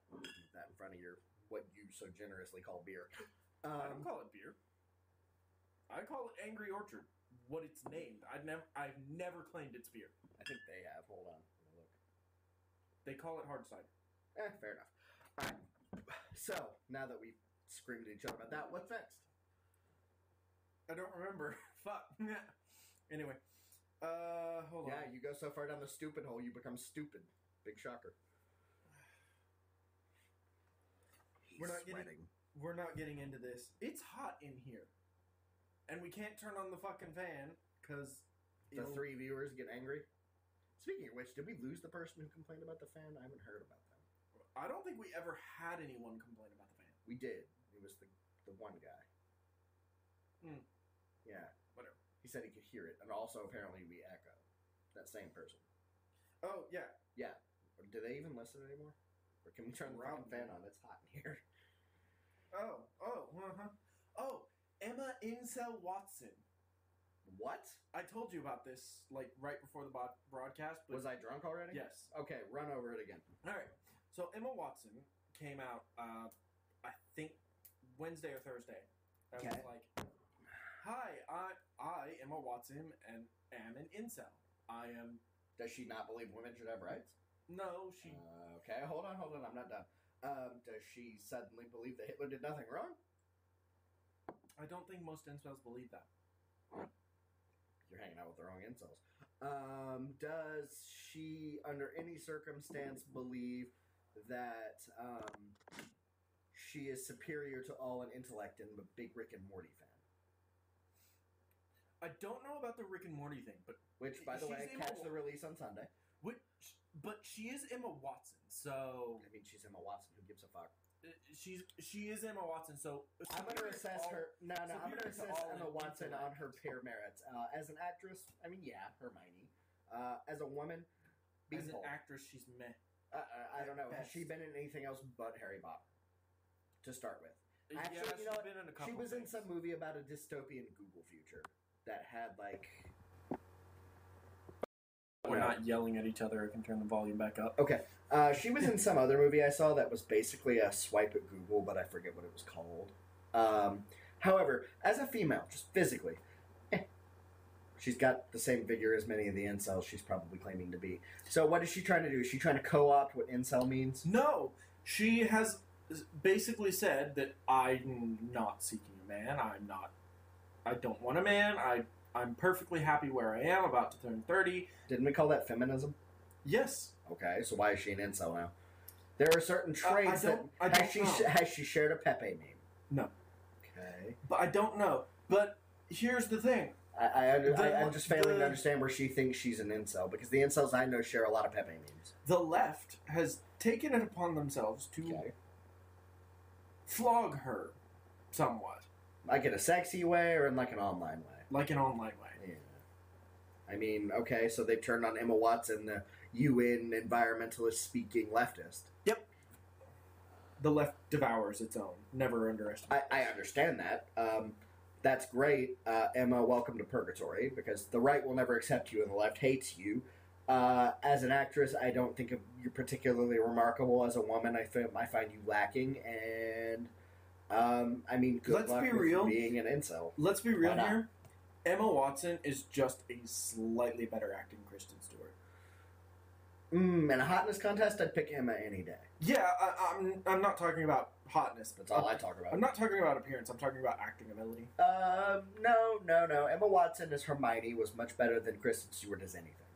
C: That in front of your what you so generously call beer.
B: I
C: Um,
B: don't call it beer. I call it Angry Orchard. What it's named. I've never I've never claimed it's beer.
C: I think they have. Hold on. Let me look.
B: They call it hard cider.
C: Eh, fair enough. All right. So now that we've screamed at each other about that, what's next?
B: I don't remember. Fuck. anyway. Uh hold
C: yeah,
B: on.
C: you go so far down the stupid hole, you become stupid. Big shocker.
B: We're not getting-
D: sweating.
B: We're not getting into this. It's hot in here. And we can't turn on the fucking fan because
C: The three viewers get angry. Speaking of which, did we lose the person who complained about the fan? I haven't heard about them.
B: I don't think we ever had anyone complain about the fan.
C: We did. It was the the one guy.
B: Hmm.
C: Yeah.
B: Whatever.
C: He said he could hear it, and also apparently we echo. That same person.
B: Oh yeah,
C: Yeah. Do they even listen anymore? Or can we turn the fucking fan on? It's hot in here.
B: Oh, oh, uh-huh. Oh, Emma Insel Watson.
C: What?
B: I told you about this like right before the bod- broadcast, but
C: Was I drunk already?
B: yes.
C: Okay, run over it again.
B: All right. So Emma Watson came out, uh, I think Wednesday or Thursday. I was
C: Okay.
B: like, "Hi, I, I Emma Watson, and am an incel. I am."
C: Does she not believe women should have rights?
B: No, she.
C: Uh, okay, hold on, hold on. I'm not done. Um, does she suddenly believe that Hitler did nothing wrong?
B: I don't think most incels believe that.
C: You're hanging out with the wrong incels. Um, does she, under any circumstance, believe that um, she is superior to all in intellect and I'm a big Rick and Morty fan?
B: I don't know about the Rick and Morty thing, but
C: Which, by the
B: She's
C: way,
B: able-
C: catch the release on Sunday.
B: which, but she is Emma Watson, so
C: I mean, she's Emma Watson. Who gives a fuck?
B: uh, she's she is Emma Watson. So
C: I'm gonna assess her. No, no, I'm
B: superior
C: gonna
B: to
C: assess
B: all
C: Emma
B: in
C: Watson
B: intellect.
C: on her peer merits. Uh, as an actress, I mean, yeah, Hermione. Uh, as a woman,
B: As an
C: Beanpole.
B: actress, she's meh.
C: uh, uh, I don't know. Has
B: best.
C: she been in anything else but Harry Potter? To start with, Actually,
B: yeah,
C: you
B: she's
C: know what?
B: been in a couple.
C: she was in
B: things.
C: some movie about a dystopian Google future that had like.
B: We're not yelling at each other. I can turn the volume back up.
C: Okay, uh, she was in some other movie I saw that was basically a swipe at Google, but I forget what it was called. Um, however, as a female, just physically, eh, she's got the same vigor as many of the incels she's probably claiming to be. So, what is she trying to do? Is she trying to co-opt what incel means?
B: No, she has basically said that I'm not seeking a man. I'm not. I don't want a man. I I'm perfectly happy where I am. About to turn thirty.
C: Didn't we call that feminism?
B: Yes,
C: Okay, so why is she an incel now? There are certain traits
B: don't- Uh, I
C: that
B: don't
C: has she
B: know.
C: has she shared a Pepe name?
B: No.
C: Okay.
B: but I don't know. But here's the thing.
C: I, I, under-
B: The-
C: I, am just failing
B: the-
C: to understand where she thinks she's an incel because the incels I know share a lot of Pepe memes.
B: The left has taken it upon themselves to
C: Okay.
B: flog her somewhat,
C: Like in a sexy way or in like an online way.
B: like an online way.
C: Yeah. I mean, okay, so they've turned on Emma Watson, the UN environmentalist speaking leftist.
B: The left devours its own. Never underestimate.
C: I, I understand that. Um, that's great, uh, Emma. Welcome to purgatory because the right will never accept you and the left hates you. Uh, as an actress, I don't think of you're particularly remarkable. As a woman, I, fi- I find you lacking, and um, I mean, good
B: Let's
C: luck
B: be
C: with
B: real.
C: being an incel.
B: Let's be real
C: Why not?
B: here. Emma Watson is just a slightly better acting Kristen Stewart.
C: Mm, in a hotness contest, I'd pick Emma any day.
B: Yeah, I, I'm. I'm not talking about hotness.
C: That's all I talk about.
B: I'm not talking about appearance. I'm talking about acting ability.
C: Um, no, no, no. Emma Watson as Hermione was much better than Kristen Stewart as anything.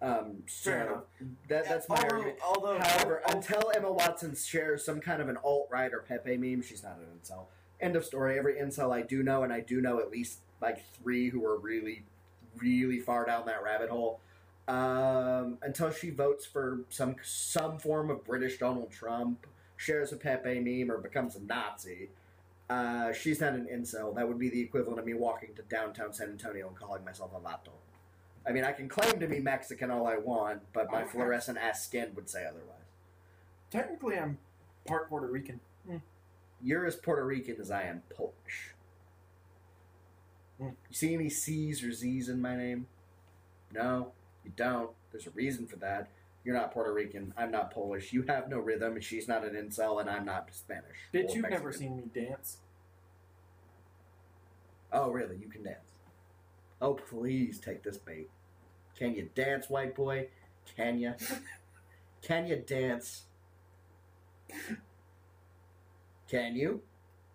C: Um, so
B: Fair enough.
C: That, that's my
B: although,
C: argument.
B: Although, oh,
C: However,
B: al-
C: until Emma Watson shares some kind of an alt right or Pepe meme, she's not an incel. End of story. Every incel I do know, and I do know at least like three who are really, really far down that rabbit hole. Um, until she votes for some some form of British Donald Trump, shares a Pepe meme, or becomes a Nazi, uh, she's not an incel. That would be the equivalent of me walking to downtown San Antonio and calling myself a vato. I mean, I can claim to be Mexican all I want, but my
B: Okay.
C: fluorescent ass skin would say otherwise.
B: technically, I'm part Puerto Rican.
C: You're as Puerto Rican as I am Polish.
B: Mm.
C: You see any C's or Z's in my name? No, you don't. There's a reason for that. You're not Puerto Rican. I'm not Polish. You have no rhythm, and she's not an incel, and I'm not Spanish.
B: Bitch,
C: or
B: you've never
C: Mexican.
B: seen me dance.
C: Oh, really? You can dance. Oh, please take this bait. Can you dance, white boy? Can you? can you dance? Can you?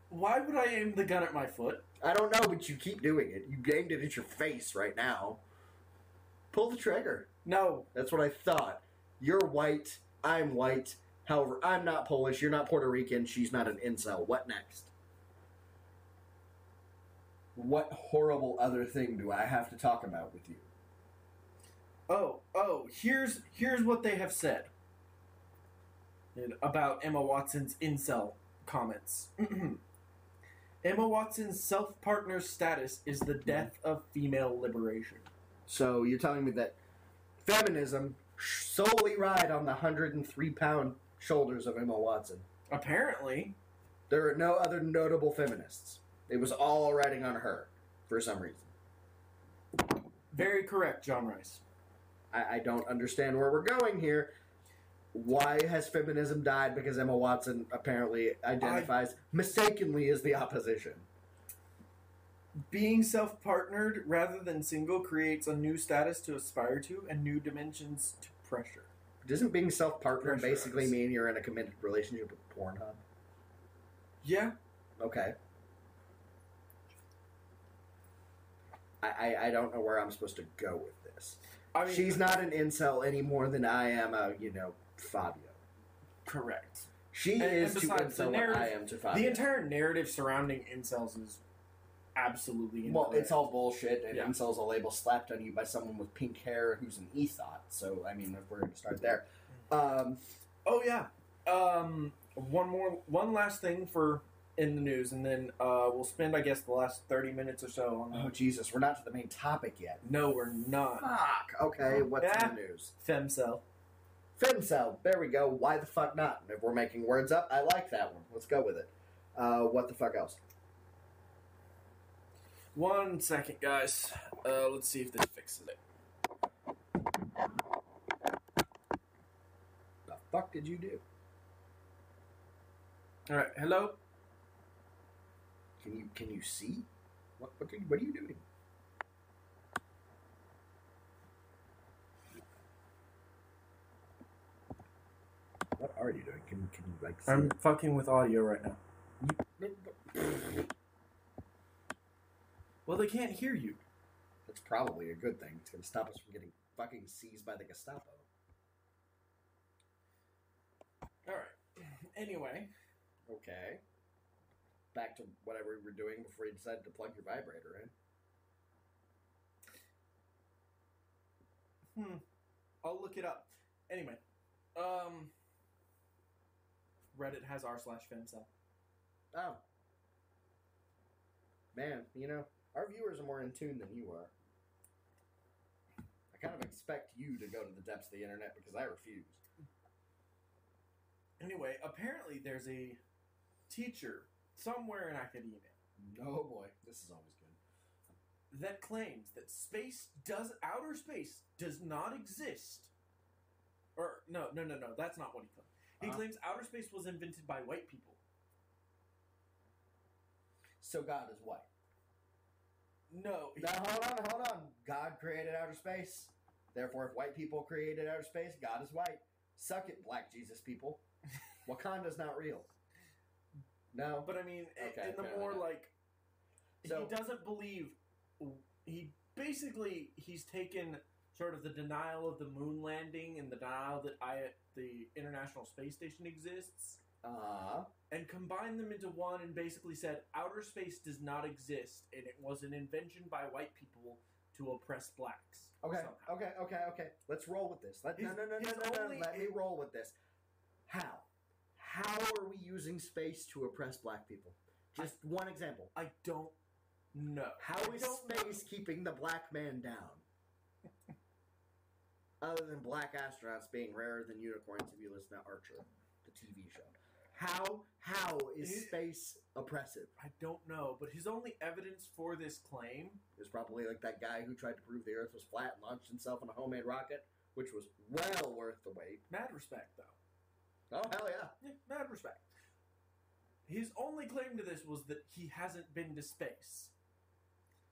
B: Why would I aim the gun at my foot?
C: I don't know, but you keep doing it. You aimed it at your face right now. Pull the trigger.
B: No,
C: That's what I thought. You're white. I'm white. However, I'm not Polish. You're not Puerto Rican. She's not an incel. What next? What horrible other thing do I have to talk about with you?
B: Oh, oh, here's here's what they have said And about Emma Watson's incel comments. Emma Watson's self-partner status is the death of female liberation.
C: So you're telling me that feminism solely ride on the 103 pound shoulders of Emma Watson.
B: Apparently,
C: There are no other notable feminists. It was all riding on her for some reason.
B: very correct, John Rice.
C: I, I don't understand where we're going here. Why has feminism died? Because Emma Watson apparently identifies mistakenly as the opposition.
B: Being self-partnered rather than single creates a new status to aspire to and new dimensions to pressure.
C: Doesn't being self partner
B: Pressure
C: basically
B: us.
C: mean you're in a committed relationship with Pornhub?
B: Yeah,
C: Okay. I, I, I don't know where I'm supposed to go with this.
B: I mean
C: She's not an incel any more than I am a, you know, Fabio.
B: correct.
C: She
B: And- and
C: is to
B: besides, the
C: incel what I
B: narrative-
C: am to Fabio.
B: The entire narrative surrounding incels is absolutely
C: Well,
B: incorrect.
C: it's all bullshit, and
B: Yeah.
C: incel's a label slapped on you by someone with pink hair who's an ethot. So, I mean, if we're going to start there, um,
B: Oh yeah. Um, one more, one last thing for in the news, and then uh, we'll spend, I guess, the last thirty minutes or so on.
C: oh Jesus, we're not to the main topic yet.
B: No, we're not
C: Fuck. Okay, what's
B: Yeah.
C: in the news?
B: femcel.
C: Femcell. There we go. Why the fuck not? If we're making words up, I like that one. Let's go with it. Uh, what the fuck else?
B: One second, guys. Uh, let's see if this fixes it.
C: The fuck did you do?
B: All right. Hello.
C: Can you can you see? What what, are you- what are you doing? What are you doing? Can can you like see?
B: I'm fucking with audio right now. Well, they can't hear you.
C: That's probably a good thing. It's gonna stop us from getting fucking seized by the Gestapo.
B: All right. Anyway,
C: Okay. Back to whatever we were doing before you decided to plug your vibrator in.
B: hmm. I'll look it up. Anyway, um, Reddit has r slash femcel.
C: Oh. Man, you know, our viewers are more in tune than you are. I kind of expect you to go to the depths of the internet because I refuse.
B: Anyway, apparently there's a teacher somewhere in academia
C: No boy, this is always good.
B: that claims that space does outer space does not exist. Or no, no, no, no, that's not what he claimed. He
C: Uh-huh.
B: claims outer space was invented by white people.
C: So God is white.
B: No, he-
C: Now hold on, hold on. God created outer space. Therefore, if white people created outer space, God is white. Suck it, black Jesus people. Wakanda's not real. No.
B: but I mean, i-
C: Okay,
B: in the
C: fair
B: more
C: enough.
B: like
C: So-
B: he doesn't believe. He basically he's taken sort of the denial of the moon landing and the denial that I the International Space Station exists.
C: Uh,
B: and combined them into one and basically said outer space does not exist and it was an invention by white people to oppress blacks.
C: Okay,
B: somehow.
C: okay, okay, okay. Let's roll with this. Let, no,
B: He's-
C: no, no, no,
B: he's
C: no, no.
B: only-
C: Let me roll with this. How? How are we using space to oppress black people? Just one example.
B: I don't know.
C: How
B: I
C: is
B: don't know.
C: space keeping the black man down? Other than black astronauts being rarer than unicorns, if you listen to Archer, the TV show. How how is
B: It-
C: space oppressive?
B: I don't know, but his only evidence for this claim,
C: It's probably like that guy who tried to prove the Earth was flat and launched himself in a homemade rocket, which was well worth the wait.
B: mad respect though.
C: Oh hell yeah!
B: Yeah, mad respect. His only claim to this was that he hasn't been to space.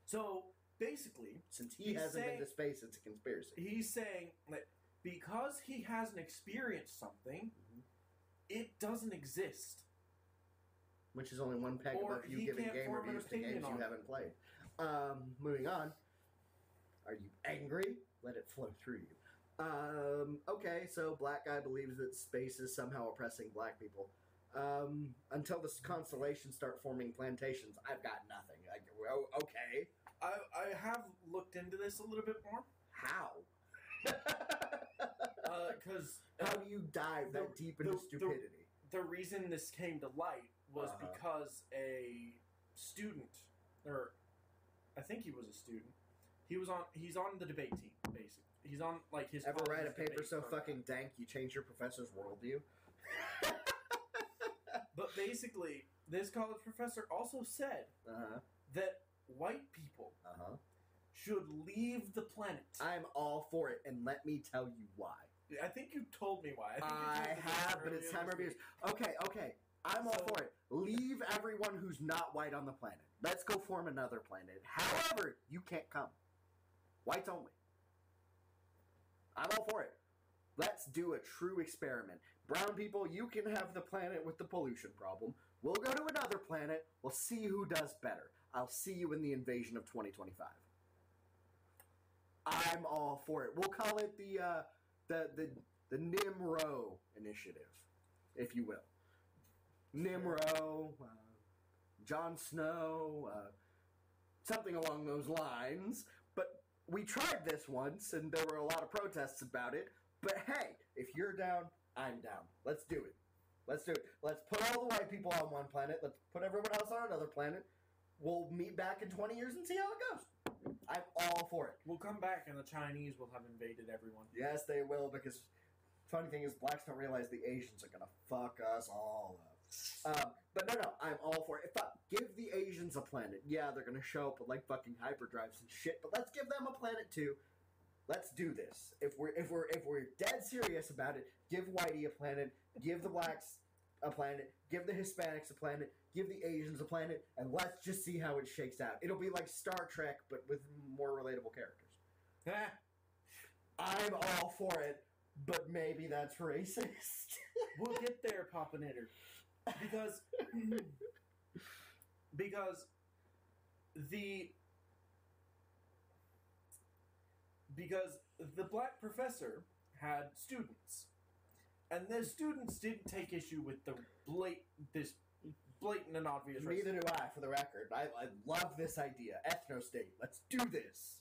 B: So basically,
C: Since he
B: He's
C: hasn't
B: saying-
C: been to space, it's a conspiracy.
B: he's saying that because he hasn't experienced something,
C: Mhm.
B: it doesn't exist.
C: Which is only one peg
B: Or
C: above you
B: he
C: giving
B: can't
C: game
B: form an
C: reviews to
B: opinion
C: games you
B: on it.
C: haven't played. Um, moving on. Are you angry? Let it flow through you. Um, okay, so black guy believes that space is somehow oppressing black people. Um, until the constellations start forming plantations, I've got nothing. Like, well, okay,
B: I, I have looked into this a little bit more
C: how?
B: because
C: how do you dive that deep into
B: the- the-
C: stupidity?
B: the reason this came to light was
C: Uh-huh.
B: because a student, or I think he was a student, he was on he's on the debate team basically. He's on like his
C: Ever write a
B: college's
C: paper
B: debate
C: so
B: program.
C: fucking dank you change your professor's worldview?
B: But basically, this college professor also said
C: Uh huh.
B: that white people
C: Uh huh.
B: should leave the planet. I,
C: I'm all for it, and let me tell you why.
B: think you told me why. I, think you told
C: I
B: me
C: have,
B: earlier
C: but it's
B: this
C: time
B: week.
C: abuse. Okay, okay. I'm all
B: So-
C: for it. Leave everyone who's not white on the planet. Let's go form another planet. However, you can't come. Whites only. I'm all for it. Let's do a true experiment. Brown people, you can have the planet with the pollution problem. We'll go to another planet. We'll see who does better. I'll see you in the invasion of 2025. I'm all for it. We'll call it the uh, the the the Nimro initiative, if you will. Nimro, uh, Jon Snow, uh, something along those lines. But we tried this once, and there were a lot of protests about it. But hey, if you're down, I'm down. Let's do it. Let's do it. Let's put all the white people on one planet. Let's put everyone else on another planet. We'll meet back in 20 years and see how it goes. I'm all for it.
B: We'll come back, and the Chinese will have invaded everyone.
C: Yes, they will because funny thing is blacks don't realize the Asians are gonna fuck us all up. Um, but no, no, I'm all for it. Fuck, give the Asians a planet. Yeah, they're gonna show up with like fucking hyperdrives and shit, but let's give them a planet too. Let's do this. If we're if we're if we're dead serious about it, give Whitey a planet. Give the blacks a planet. Give the Hispanics a planet. Give the Asians a planet, and let's just see how it shakes out. It'll be like Star Trek, but with more relatable characters.
B: Ah,
C: I'm all for it, but maybe that's racist.
B: we'll get there, Poppinator, because because the because the black professor had students, and the students didn't take issue with the blat this blatant and obvious. racism.
C: Neither do I, for the record. I, I love this idea. Ethno state. Let's do this.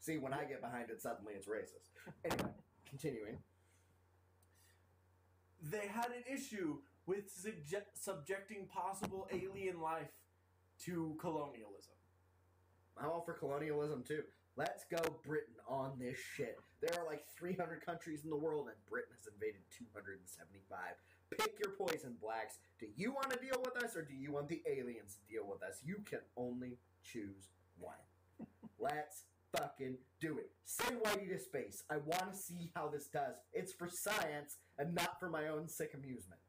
C: See, when I get behind it, suddenly it's racist. Anyway, continuing.
B: they had an issue with sugge- subjecting possible alien life to colonialism.
C: I'm all for colonialism too. Let's go Britain on this shit. There are like 300 countries in the world, and Britain has invaded 275. Pick your poison, blacks. Do you want to deal with us, or do you want the aliens to deal with us? You can only choose one. Let's fucking do it. Send Whitey to space. I want to see how this does. It's for science and not for my own sick amusement.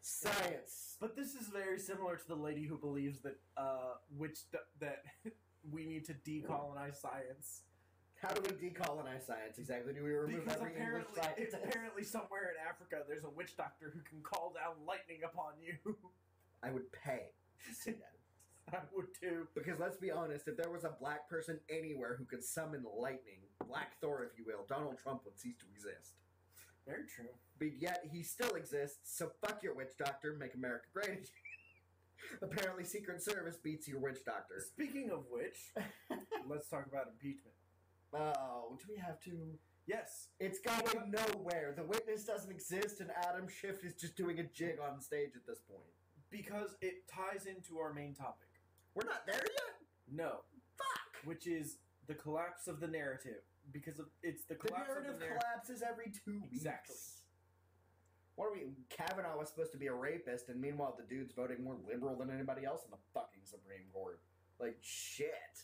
C: Science.
B: But this is very similar to the lady who believes that uh, which th- that we need to decolonize science
C: How do we decolonize science exactly? Do we remove
B: because
C: every English
B: apparently,
C: scientist?
B: apparently somewhere in Africa there's a witch doctor who can call down lightning upon you.
C: I would pay to see that.
B: I would too.
C: Because let's be honest, if there was a black person anywhere who could summon lightning, Black Thor, if you will, Donald Trump would cease to exist.
B: Very true.
C: But yet he still exists, so fuck your witch doctor, make America great again. Apparently, Secret Service beats your witch doctor.
B: Speaking of which, let's talk about impeachment.
C: Oh, do we have to?
B: Yes,
C: It's going nowhere. The witness doesn't exist, and Adam Schiff is just doing a jig on stage at this point.
B: because it ties into our main topic.
C: We're not there yet.
B: No,
C: Fuck.
B: which is the collapse of the narrative because of, it's the
C: The
B: collapse
C: narrative
B: of the narrative.
C: collapses every two weeks.
B: Exactly.
C: What are we? Kavanaugh was supposed to be a rapist, and meanwhile, the dude's voting more liberal than anybody else in the fucking Supreme Court. Like, shit.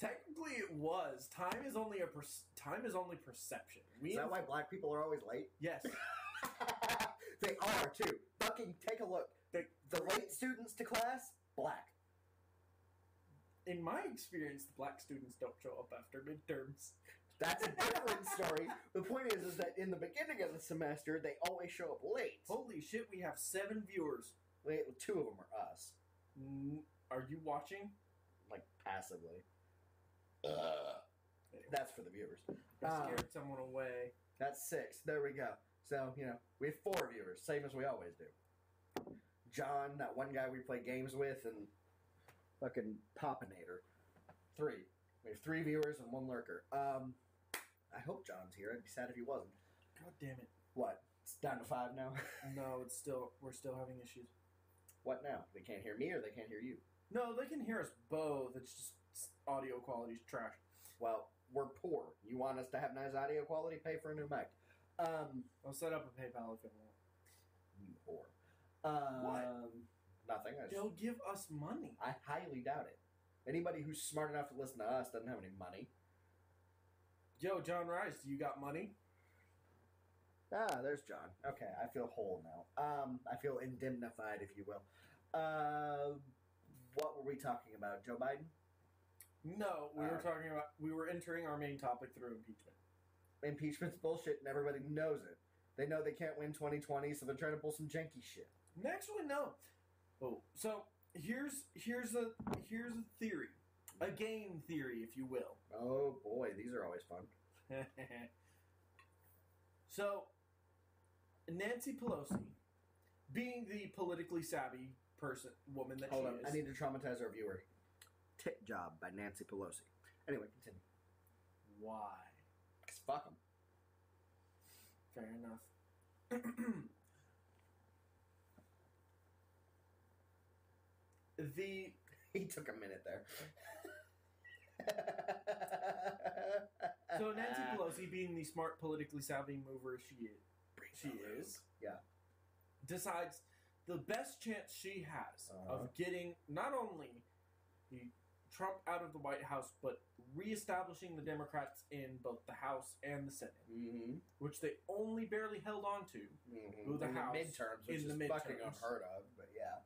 B: Technically, it was. Time is only a per- time is only perception. We
C: Is that why black people are always late?
B: yes,
C: they are, too. Fucking take a look.
B: They-
C: the late students to class, black.
B: in my experience, the black students don't show up after midterms.
C: That's a different story. The point is, is that in the beginning of the semester, they always show up late.
B: Holy shit, we have seven viewers.
C: Wait, two of them are us,
B: Mm, Are you watching?
C: like passively. That's for the viewers.
B: I
C: Um,
B: scared someone away.
C: That's six. There we go. So, you know, we have four viewers, same as we always do. John, that one guy we play games with, and fucking Popinator. Three. We have three viewers and one lurker. Um, I hope John's here. I'd be sad if he wasn't.
B: God damn it!
C: What? It's down to five now?
B: No, it's still we're still having issues.
C: what now? They can't hear me or they can't hear you?
B: No, they can hear us both. It's just s- audio quality's trash.
C: Well, we're poor. You want us to have nice audio quality? Pay for a new mic. Um,
B: I'll set up a PayPal if you want.
C: you whore. Um, what? Nothing. I just
B: They'll give us money.
C: I highly doubt it. Anybody who's smart enough to listen to us doesn't have any money.
B: Yo, John Rice, you got money?
C: Ah, there's John. Okay, I feel whole now. Um, I feel indemnified, if you will. Uh, what were we talking about? Joe Biden?
B: No, we were
C: Uh,
B: talking about we were entering our main topic through impeachment.
C: Impeachment's bullshit, and everybody knows it. They know they can't win 2020, so they're trying to pull some janky shit.
B: Actually, no. Oh, so here's here's a here's a theory, a game theory, if you will.
C: Oh boy, these are always fun.
B: so, Nancy Pelosi, being the politically savvy person woman that
C: Hold
B: she
C: on,
B: is,
C: I need to traumatize our viewer. Tit job by Nancy Pelosi. Anyway, continue.
B: why?
C: 'Cause fuck 'em.
B: Fair enough. the
C: He took a minute there.
B: so Nancy Pelosi, being the smart, politically savvy mover she is, she is.
C: Yeah.
B: Decides the best chance she has
C: Uh-huh.
B: of getting not only the Trump out of the White House, but reestablishing the Democrats in both the House and the Senate,
C: Mm-hmm.
B: which they only barely held on to.
C: Mm-hmm.
B: Who the
C: in
B: house?
C: the midterms, which
B: In
C: is
B: the
C: fucking
B: midterms.
C: unheard of, but yeah.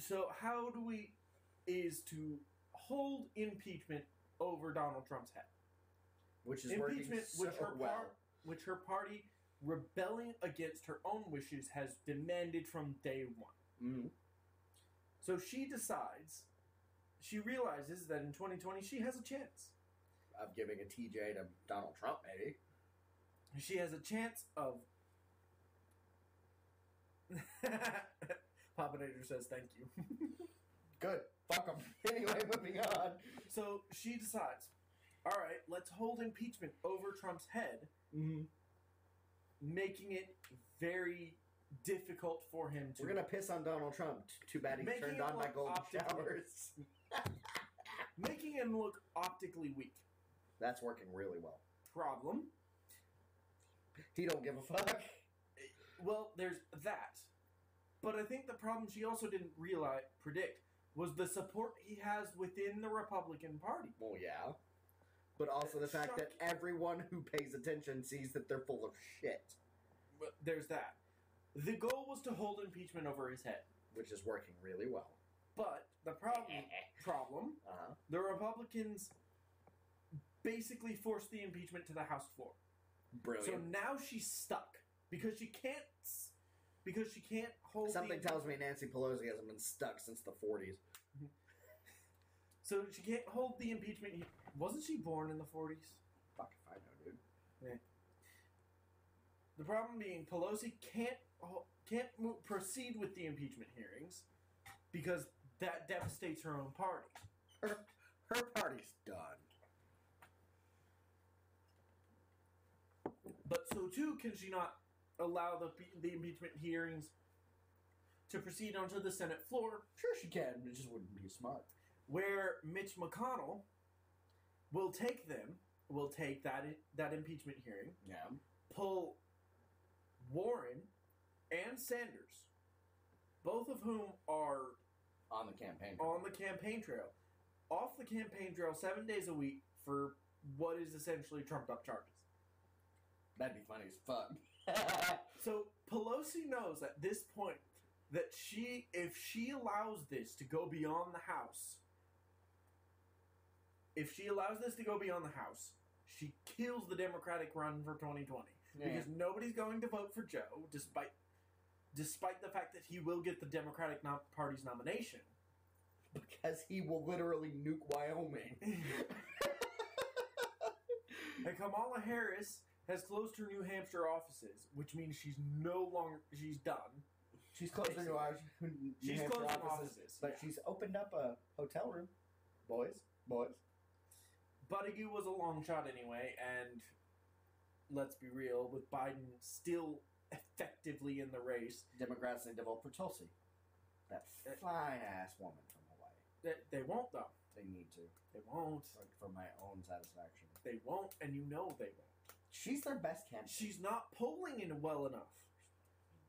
B: So how do we is to hold impeachment over Donald Trump's head,
C: Which is working
B: Impeachment,
C: so
B: which her
C: well.
B: par- which her party, rebelling against her own wishes, has demanded from day one.
C: Mhm.
B: So she decides, she realizes that in 2020 she has a chance.
C: Of giving a TJ to Donald Trump, maybe.
B: She has a chance of. Popinator says thank you.
C: Good. Fuck them. Anyway, moving on.
B: So she decides, all right, let's hold impeachment over Trump's head,
C: Mm-hmm.
B: making it very difficult for him to.
C: We're gonna piss on Donald Trump. T- Too bad he
B: Making
C: turned
B: it
C: on my
B: look
C: golden
B: optimal.
C: showers.
B: Making him look optically weak.
C: That's working really well.
B: Problem.
C: He don't give a fuck.
B: Well, there's that. But I think the problem she also didn't realize predict was the support he has within the Republican Party.
C: Well, yeah. But also the fact that
B: Shocking.
C: everyone who pays attention sees that they're full of shit,
B: But there's that. The goal was to hold impeachment over his head.
C: which is working really well.
B: But the problem problem,
C: Uh-huh.
B: the Republicans basically forced the impeachment to the House floor. So
C: Brilliant.
B: now she's stuck because she can't s- because she can't hold the-
C: Something tells me Nancy Pelosi hasn't been stuck since the 40s.
B: So she can't hold the impeachment. he- Wasn't she born in the 40s?
C: Fuck if I know, dude.
B: The problem being Pelosi can't can't mo- proceed with the impeachment hearings because that devastates her own party.
C: Her, her party's done.
B: But so too can she not allow the pe- the impeachment hearings to proceed onto the Senate floor
C: Sure she can, it just wouldn't be smart.
B: where Mitch McConnell will take them, will take that i- that impeachment hearing,
C: Yeah.
B: pull Warren and Sanders, both of whom are
C: On the campaign.
B: on the campaign trail, off the campaign trail seven days a week for what is essentially trumped up charges.
C: That'd be funny as fuck.
B: So Pelosi knows at this point that she, if she allows this to go beyond the House, if she allows this to go beyond the House, she kills the Democratic run for 2020 because nobody's going to vote for Joe, despite despite the fact that he will get the Democratic nom- Party's nomination.
C: because he will literally nuke Wyoming.
B: And Kamala Harris has closed her New Hampshire offices, which means she's no longer she's done.
C: She's closing her office- New
B: She's
C: Hampshire
B: closing
C: offices,
B: offices.
C: but she's opened up a hotel room. Boys, boys.
B: Buttigieg was a long shot anyway, and let's be real, with Biden still effectively in the race,
C: Democrats they vote for Tulsi, that
B: Uh,
C: fine ass woman from Hawaii.
B: they, they won't though.
C: They need to,
B: They won't.
C: like for my own satisfaction.
B: They won't, and you know they won't.
C: She's their best candidate.
B: She's not polling in well enough.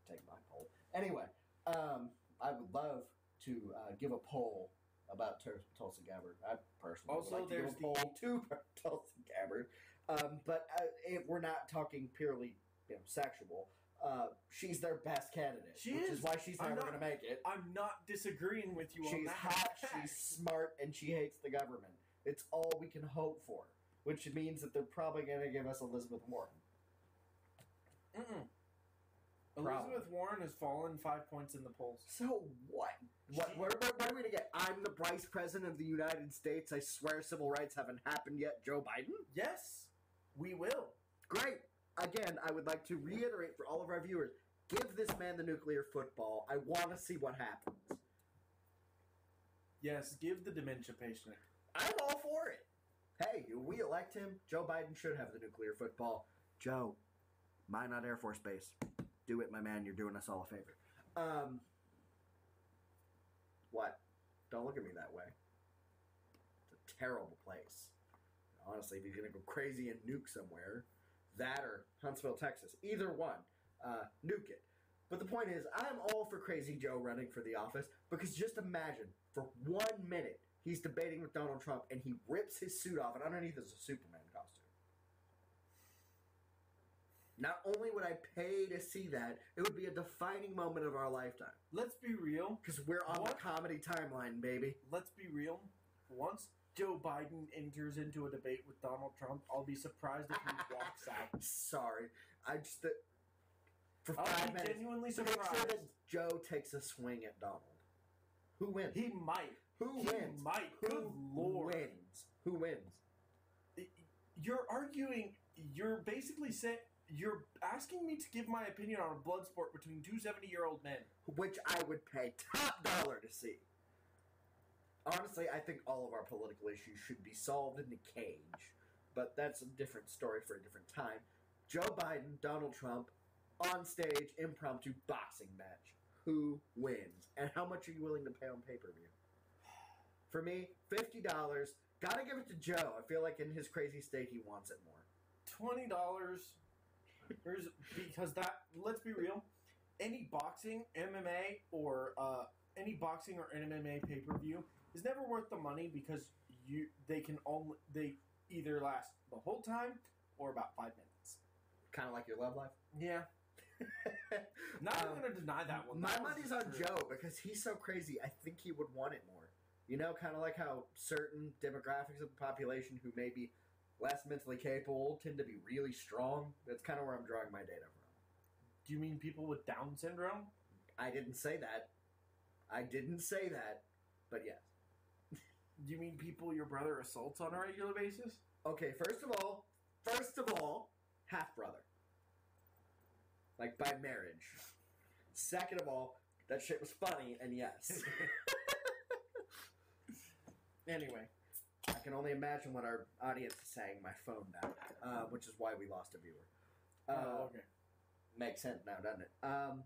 C: take my poll. Anyway, um, I would love to uh, give a poll about Tur- Tulsa Gabbard. I personally
B: Also,
C: would like to
B: there's
C: give a poll to Tulsa Gabbard, um, but uh, if we're not talking purely you know, sexual. Uh, she's their best candidate,
B: She
C: which is,
B: is.
C: why she's
B: I'm
C: never
B: not-
C: going to make it.
B: I'm not disagreeing with you on
C: She's
B: that.
C: hot, she's smart, and she hates the government. It's all we can hope for, which means that they're probably going to give us Elizabeth Warren.
B: Mm-mm.
C: Problem.
B: Elizabeth Warren has fallen five points in the polls.
C: So what? What,
B: She-
C: where, where, where are we to get? I'm the vice president of the United States. I swear civil rights haven't happened yet. Joe Biden?
B: Yes, we will.
C: Great. Again, I would like to reiterate for all of our viewers give this man the nuclear football. I want to see what happens.
B: Yes, give the dementia patient.
C: I'm all for it. Hey, we elect him. Joe Biden should have the nuclear football. Joe, mine not Air Force Base. Do it, my man. You're doing us all a favor. Um, what? Don't look at me that way. It's a terrible place. Honestly, if you're gonna go crazy and nuke somewhere, that or Huntsville, Texas, either one, uh, nuke it. But the point is, I'm all for Crazy Joe running for the office because just imagine for one minute he's debating with Donald Trump and he rips his suit off and underneath is a Superman costume. Not only would I pay to see that, it would be a defining moment of our lifetime
B: Let's be real.
C: because we're on the
B: What?
C: comedy timeline, baby.
B: Let's be real. Once Joe Biden enters into a debate with Donald Trump, I'll be surprised if he walks out.
C: Sorry, I just that for
B: I'll
C: five
B: be
C: minutes.
B: genuinely
C: To make sure that
B: surprised.
C: Joe takes a swing at Donald. Who wins?
B: He might.
C: Who
B: he
C: wins?
B: might.
C: Who
B: Good lord.
C: wins? Who wins?
B: You're arguing. You're basically saying. You're asking me to give my opinion on a blood sport between two 70 year old men.
C: Which I would pay top dollar to see. Honestly, I think all of our political issues should be solved in the cage, but that's a different story for a different time. Joe Biden, Donald Trump, on stage, impromptu boxing match. Who wins? And how much are you willing to pay on pay per view? For me, fifty dollars. Gotta give it to Joe. I feel like in his crazy state, he wants it more.
B: $20. There's, because that, let's be real, any boxing, MMA, or uh, any boxing or MMA pay per view is never worth the money because you they can only, they either last the whole time or about five minutes.
C: Kind of like your love life.
B: Yeah. Not
C: Um,
B: even going to deny that one.
C: My
B: That was
C: money's
B: just
C: on
B: true.
C: Joe because he's so crazy. I think he would want it more. You know, kind of like how certain demographics of the population who may be less mentally capable tend to be really strong. That's kind of where I'm drawing my data from.
B: Do you mean people with Down syndrome?
C: I didn't say that. I didn't say that. But yes.
B: Do you mean people your brother assaults on a regular basis?
C: Okay, first of all, first of all, half brother. Like by marriage. Second of all, that shit was funny, and yes.
B: Anyway,
C: I can only imagine what our audience is saying. My phone died, uh, which is why we lost a viewer. Uh,
B: Oh, okay.
C: Makes sense now, doesn't it? Um,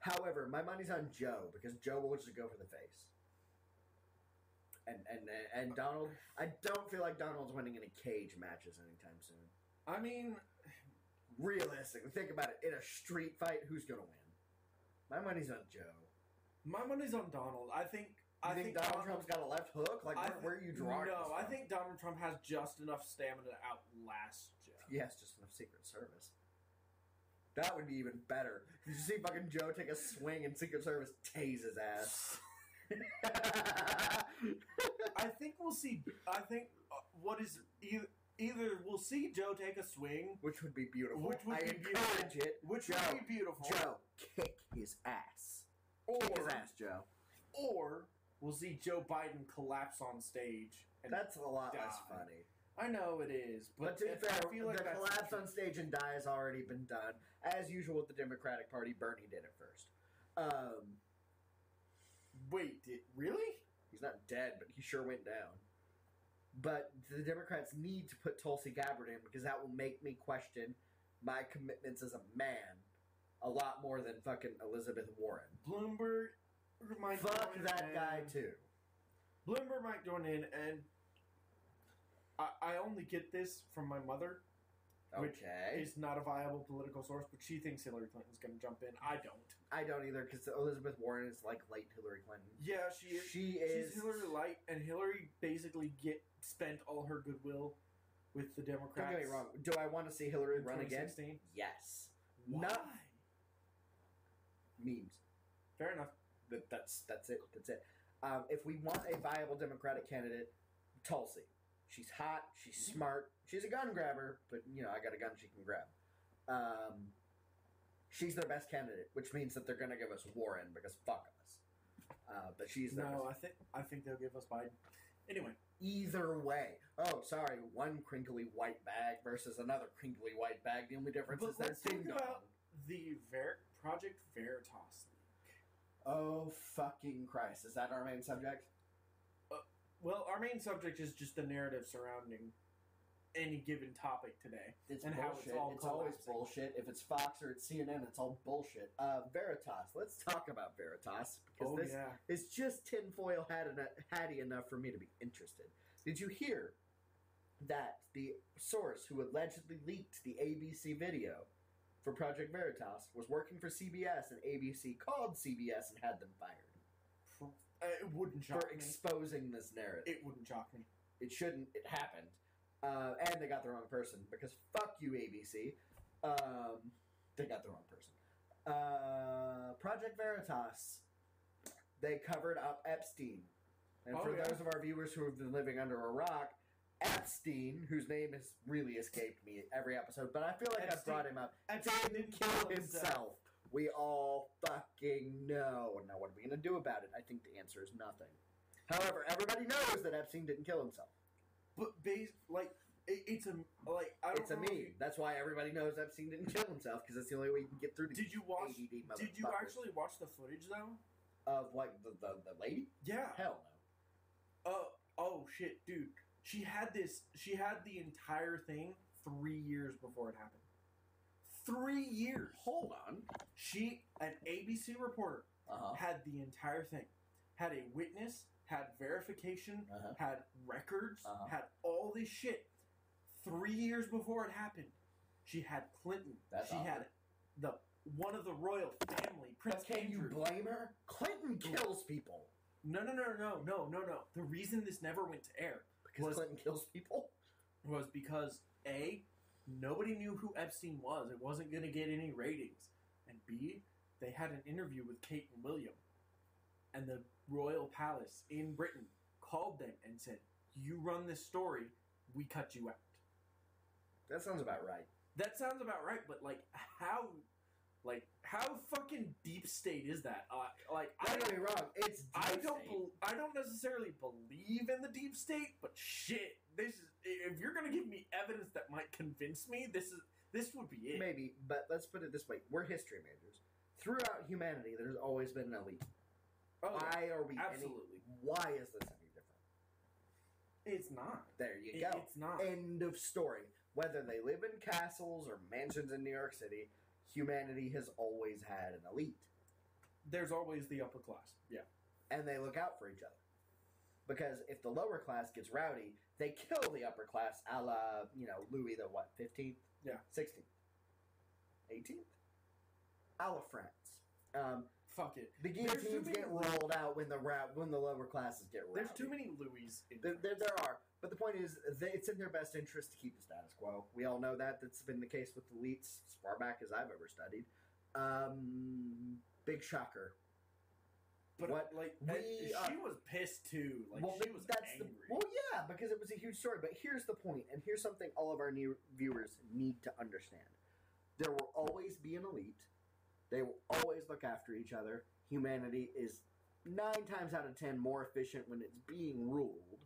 C: however, my money's on Joe because Joe will just go for the face. And and
B: Uh,
C: and Donald, I don't feel like Donald's winning any cage matches anytime soon.
B: I mean,
C: Realistically, think about it. In a street fight, who's gonna win? My money's on Joe.
B: my money's on Donald. I think.
C: You
B: I
C: think, Donald Trump's got a left hook? Like,
B: I
C: where,
B: thi-
C: where are you drawing?
B: No,
C: this
B: I
C: from?
B: think Donald Trump has just enough stamina to outlast Joe.
C: Yeah, it's just enough Secret Service. That would be even better. Did you see fucking Joe take a swing and Secret Service tase his ass?
B: I think we'll see. I think uh, what is either, either we'll see Joe take a swing,
C: which would be beautiful.
B: Which would
C: I
B: be beautiful.
C: encourage it.
B: which
C: Joe,
B: would be beautiful,
C: Joe, kick his ass. Kick
B: or
C: his ass, Joe.
B: or we'll see Joe Biden collapse on stage. And
C: That's a lot less
B: die.
C: funny.
B: I know it is,
C: But
B: but,
C: to be
B: if-
C: fair,
B: I feel like
C: the
B: that's
C: collapse on stage and die has already been done. As usual with the Democratic Party, Bernie did it first. Um,
B: Wait, did, really?
C: he's not dead, but he sure went down. But the Democrats need to put Tulsi Gabbard in because that will make me question my commitments as a man a lot more than fucking Elizabeth Warren.
B: Bloomberg, Mike
C: Fuck
B: Dornan,
C: that guy too.
B: Bloomberg, Mike Dornan, and I, I only get this from my mother. Which
C: Okay,
B: It's not a viable political source, but she thinks Hillary Clinton's going to jump in. I don't.
C: I don't either because Elizabeth Warren is like late Hillary Clinton.
B: Yeah, she is.
C: She
B: She's
C: is.
B: Hillary Light, and Hillary basically get spent all her goodwill with the
C: Don't
B: Democrats.
C: get me wrong. Do I want to see Hillary
B: in
C: run again?
B: 2016.
C: Yes.
B: Why?
C: No. Memes.
B: Fair enough.
C: That, that's that's it. That's it. Um, if we want a viable Democratic candidate, Tulsi. She's hot. She's smart. She's a gun grabber, but you know I got a gun she can grab. Um, she's their best candidate, which means that they're gonna give us Warren because fuck us. Uh, but she's their
B: No,
C: best-
B: I think I think they'll give us Biden. Anyway,
C: either way. Oh, sorry, one crinkly white bag versus another crinkly white bag. The only difference
B: But
C: is that
B: let's think
C: ding dong.
B: about- the Ver- Project Veritas.
C: Oh fucking Christ! Is that our main subject?
B: Well, our main subject is just the narrative surrounding any given topic today.
C: It's
B: and how it's
C: bullshit.
B: all
C: it's always
B: collapsing.
C: bullshit. If it's Fox or it's CNN, it's all bullshit. Uh, Veritas. Let's talk about Veritas because this
B: Oh, yeah,
C: is just tinfoil hat eno- hatty enough for me to be interested. Did you hear that the source who allegedly leaked the ABC video for Project Veritas was working for CBS and ABC called CBS and had them fired
B: Pr- uh, it wouldn't shock
C: for
B: me.
C: exposing this narrative?
B: it wouldn't shock me.
C: it shouldn't. It happened, uh, and they got the wrong person because fuck you, ABC. Um, they got the wrong person. Uh, Project Veritas. They covered up Epstein, and
B: Oh,
C: for
B: yeah.
C: those of our viewers who have been living under a rock, Epstein, whose name has really escaped me every episode, but I feel like I've
B: Epstein.
C: brought him up.
B: And
C: Didn't kill himself. We all fucking know. Now, what are we gonna do about it? I think the answer is nothing. However, everybody knows that Epstein didn't kill himself.
B: But base like it, it's a like I don't
C: It's a
B: know
C: meme.
B: if you-
C: That's why everybody knows Epstein didn't kill himself because that's the only way you can get through to
B: Did you watch?
C: ADD
B: Did you
C: motherfuckers.
B: actually watch the footage though?
C: of like the, the, the lady?
B: Yeah.
C: Hell no.
B: Oh, oh shit, dude. She had this. She had the entire thing three years before it happened. Three years.
C: Hold on.
B: She, an ABC reporter,
C: Uh huh.
B: had the entire thing. Had a witness. Had verification.
C: Uh-huh.
B: Had records.
C: Uh-huh.
B: Had all this shit. Three years before it happened, she had Clinton.
C: That's
B: she had
C: awkward.
B: the one of the royal family, Prince
C: But can you
B: Andrew.
C: blame her? Clinton kills people
B: No, no, no, no, no, no, no. The reason this never went to air
C: because
B: Was-
C: Clinton kills people.
B: was because A, nobody knew who Epstein was. It wasn't going to get any ratings. And B, they had an interview with Kate and William. And the Royal Palace in Britain called them and said, You run this story, we cut you out.
C: That sounds about right.
B: That sounds about right, but like, how. Like how fucking deep state is that? Uh, like I
C: Don't
B: don't,
C: get me wrong. It's
B: I
C: deep
B: don't,
C: state.
B: bel I don't necessarily believe in the deep state, but shit, this is. If you're gonna give me evidence that might convince me, this is this would be it.
C: Maybe, but let's put it this way: we're history majors. Throughout humanity, there's always been an elite.
B: Oh,
C: Why are we? any-
B: absolutely.
C: why is this any different?
B: It's not.
C: There you
B: It-
C: go.
B: It's not.
C: End of story. Whether they live in castles or mansions in New York City, humanity has always had an elite,
B: There's always the upper class. Yeah.
C: and they look out for each other. Because if the lower class gets rowdy, they kill the upper class, a la you know Louis the what fifteenth,
B: Yeah.
C: sixteenth, eighteenth, a la France. Um,
B: Fuck it.
C: the
B: There's too
C: guillotines
B: many-
C: get rolled out when the ra- when the lower classes get rowdy.
B: There's too many Louis. In
C: There, there, there are. But the point is, they, it's in their best interest to keep the status quo. We all know that. That's been the case with elites as far back as I've ever studied. Um, big shocker.
B: but
C: what-
B: Like
C: we
B: and she was pissed too. Like she
C: but
B: was angry.
C: The, well, yeah, because it was a huge story. But here's the point, and here's something all of our new viewers need to understand: there will always be an elite. They will always look after each other. Humanity is nine times out of ten more efficient when it's being ruled.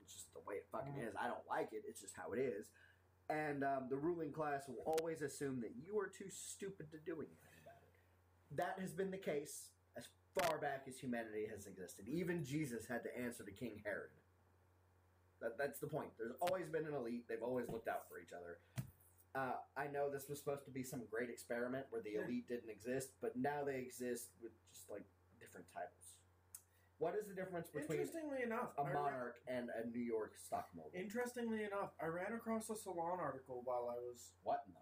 C: It's just the way it fucking
B: Mhm.
C: is. I don't like it. It's just how it is. And um, the ruling class will always assume that you are too stupid to do anything about it. That has been the case as far back as humanity has existed. Even Jesus had to answer to King Herod. That, that's the point. There's always been an elite. They've always looked out for each other. Uh, I know this was supposed to be some great experiment where the
B: Yeah.
C: elite didn't exist, but now they exist with just like different titles. What is the difference between
B: Interestingly enough,
C: a
B: I re-
C: monarch and a New York stock mogul?
B: Interestingly enough, I ran across a Salon article while I was
D: What in the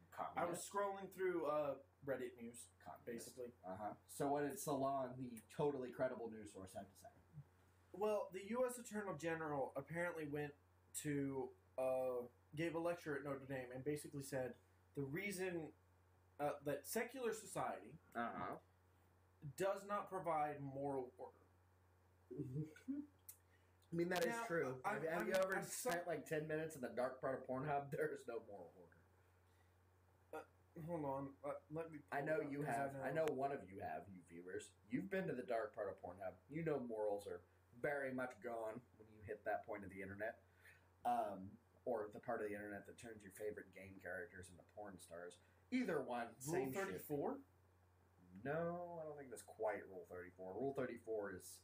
D: fuck?
B: I was scrolling through uh, Reddit news, basically.
D: Uh huh. So what did Salon, the totally credible news source, have to say?
B: Well, the U.S. Attorney General apparently went to uh, gave a lecture at Notre Dame and basically said the reason uh, that secular society
C: Uh huh.
B: does not provide moral order.
C: I mean that is
B: Now,
C: true. have
B: I'm-
C: have
B: I'm-
C: you ever
B: I'm so-
C: spent like ten minutes in the dark part of Pornhub? There is no moral order.
B: Hold on, uh, let me.
C: I
B: pull
C: know
B: it up,
C: you
B: 'cause
C: have. I know one of you have. You viewers, you've been to the dark part of Pornhub. You know morals are very much gone when you hit that point of the internet, um, or the part of the internet that turns your favorite game characters into porn stars. Either one,
B: Rule
C: same shit.
B: thirty-four.
C: No, I don't think that's quite Rule 34. Rule 34 is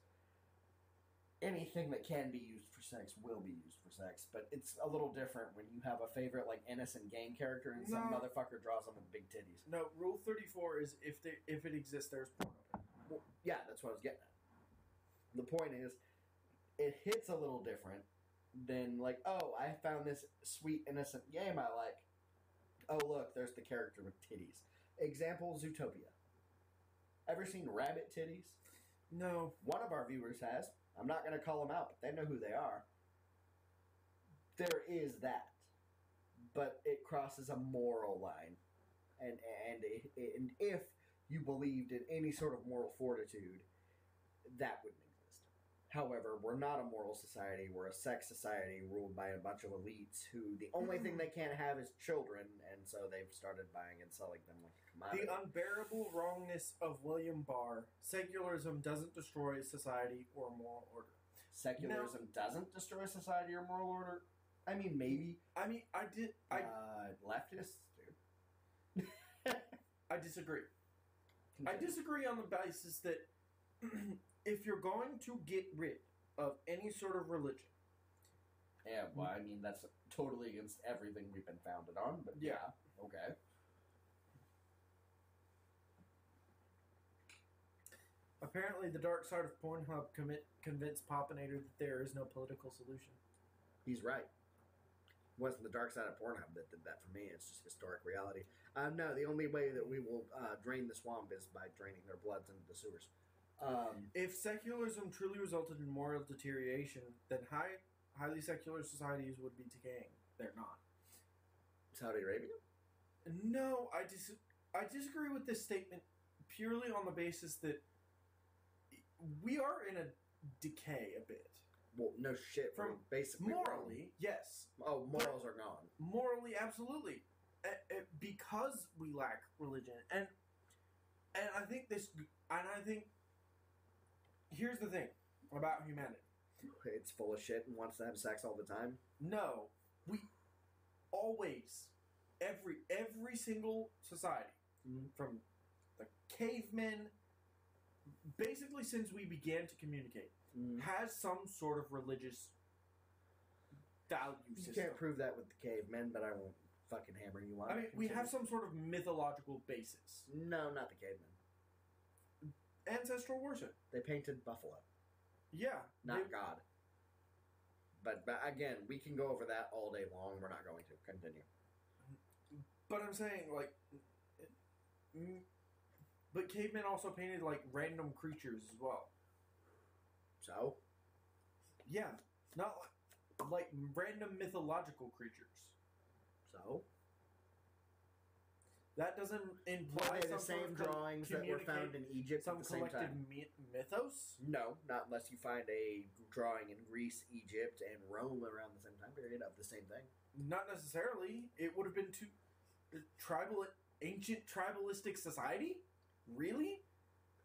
C: anything that can be used for sex will be used for sex, but it's a little different when you have a favorite, like, innocent game character and some
B: No.
C: motherfucker draws them with big titties.
B: No, Rule thirty-four is if they, if it exists, there's porn.
C: Well, yeah, that's what I was getting at. The point is, it hits a little different than, like, oh, I found this sweet, innocent game I like. Oh, look, there's the character with titties. Example Zootopia. Ever seen rabbit titties?
B: No,
C: One of our viewers has. I'm not going to call them out, but they know who they are. There is that, but it crosses a moral line, and and and if you believed in any sort of moral fortitude, that wouldn't exist. However, we're not a moral society. We're a sex society ruled by a bunch of elites who the only thing they can't have is children, and so they've started buying and selling them like a commodity.
B: The unbearable wrongness of William Barr. Secularism doesn't destroy society or moral order.
D: Secularism doesn't destroy society or moral order. I mean, maybe
B: I mean, I did. I
D: uh, leftists do.
B: I disagree. I disagree on the basis that if you're going to get rid of any sort of religion,
D: Yeah, well, I mean that's totally against everything we've been founded on. But
B: Yeah.
D: yeah okay.
B: apparently the dark side of Pornhub commit, convinced Popinator that there is no political solution.
C: He's right. It wasn't the dark side of Pornhub that did that for me. It's just historic reality. Uh, no, the only way that we will uh, drain the swamp is by draining their bloods into the sewers. Um,
B: If secularism truly resulted in moral deterioration, then high, highly secular societies would be decaying. They're not.
C: Saudi Arabia?
B: No, I dis- I disagree with this statement purely on the basis that we are in a decay a bit.
C: Well, no shit. From
B: From
C: basically
B: Morally, yes.
C: Oh, morals are gone.
B: Morally, absolutely. A- a- because we lack religion, and and I think this, and I think here's the thing about humanity.
C: It's full of shit and wants to have sex all the time.
B: No, we always every every single society
C: Mhm.
B: from the cavemen basically since we began to communicate
C: Mm-hmm.
D: Mm.
B: has some sort of religious value
C: You
B: system.
C: can't prove that with the cavemen, but I won't fucking hammer you on.
B: I
C: it.
B: mean, we have
C: Continue.
B: some sort of mythological basis.
C: No, not the cavemen.
B: Ancestral worship.
C: They painted buffalo.
B: Yeah.
C: not
B: They-
C: God. But, but again, we can go over that all day long. We're not going to continue.
B: but I'm saying, like. mm, But cavemen also painted, like, random creatures as well.
C: So
B: Yeah. Not like, like random mythological creatures.
C: so
B: That doesn't
C: were
B: imply
C: they the
B: some sort
C: same
B: of col-
C: drawings that were found in Egypt
B: some
C: at the same
B: collective
C: time?
B: myth- mythos?
C: No, not unless you find a drawing in Greece, Egypt, and Rome around the same time period of the same thing.
B: Not necessarily. It would have been too uh, the tribal, ancient tribalistic society. Really?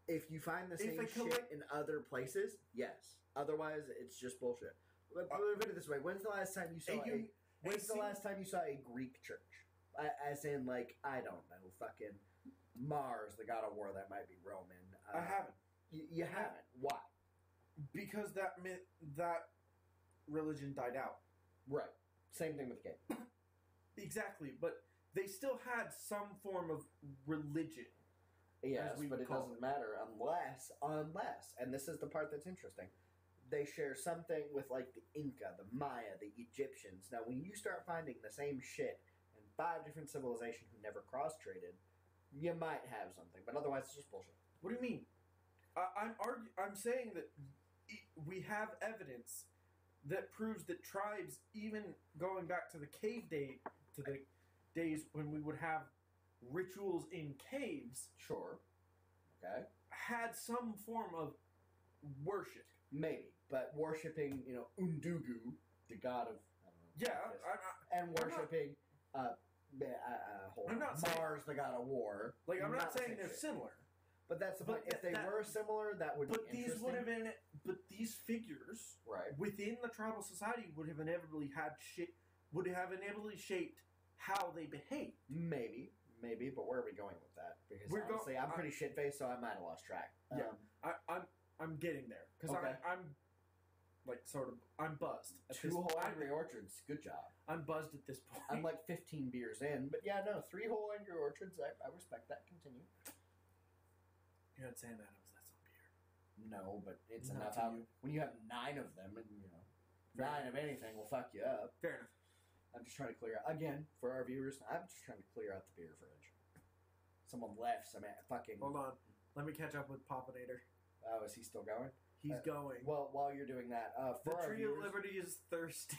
C: If you find the
B: If
C: same
B: I
C: shit
B: collect-
C: in other places, yes. Otherwise, it's just bullshit. But but put it this way: When's the last time you saw
B: Uh, And you-
C: a, When's the
B: see-
C: last time you saw a Greek church? I- As in, like, I don't know, fucking Mars, the god of war. That might be Roman. Uh,
B: I haven't
C: You, you haven't. Why?
B: because that myth, that religion died out.
C: Right. Same thing with gay.
B: Exactly, but they still had some form of religion.
C: Yes,
B: As we
C: but
B: would
C: it
B: call
C: doesn't
B: it.
C: matter unless, unless, and this is the part that's interesting. They share something with like the Inca, the Maya, the Egyptians. Now, when you start finding the same shit in five different civilizations who never cross-traded, you might have something, but otherwise, it's just bullshit.
B: What do you mean? I, I'm argu- I'm saying that e- we have evidence that proves that tribes, even going back to the cave day, to the days when we would have rituals in caves,
C: Sure,
D: Okay.
B: had some form of worship.
C: maybe, but worshiping, you know, Undugu
D: The god of. I don't know.
B: Yeah,
D: Yes.
B: I, I,
C: and
B: I'm not-
C: worshiping, uh, uh, uh, hold
B: I'm
C: on,
B: not saying-
C: Mars, the god of war.
B: like I'm not, saying
C: same
B: they're
C: shit.
B: similar,
C: but that's the
B: but
C: point. If
B: that-
C: they
B: that-
C: were similar, that would.
B: but
C: be
B: these would
C: interesting.
B: have been. But these figures
C: right.
B: within the tribal society would have inevitably had shit would have inevitably shaped how they behave.
C: Maybe, maybe, but where are we going with that? Because
B: We're go-
C: honestly, I'm
B: I-
C: pretty shit faced, so I might have lost track.
B: Yeah.
C: Um,
B: I, I'm I'm getting there because
C: Okay.
B: I'm, I'm like sort of I'm buzzed. At
D: Two
B: this,
D: whole
B: I'm,
D: angry orchards. Good job.
B: I'm buzzed at this point.
C: I'm like 15 beers in, but yeah, no, three whole angry orchards. I, I respect that. Continue.
B: you're not saying that Adams. That's not beer.
D: No, but it's enough.
B: Not to
D: How,
B: you.
D: when you have nine of them, and you know,
B: Fair
C: Nine of anything will fuck you up.
B: Fair enough.
C: I'm just trying to clear out again for our viewers. I'm just trying to clear out the beer fridge. Someone left some a- fucking.
B: Hold on. Let me catch up with Popinator.
C: Oh, is he still going?
B: He's
C: Uh,
B: going.
C: Well, while you're doing that, uh,
B: the
C: for our
B: Tree of
C: viewers-
B: Liberty is thirsty.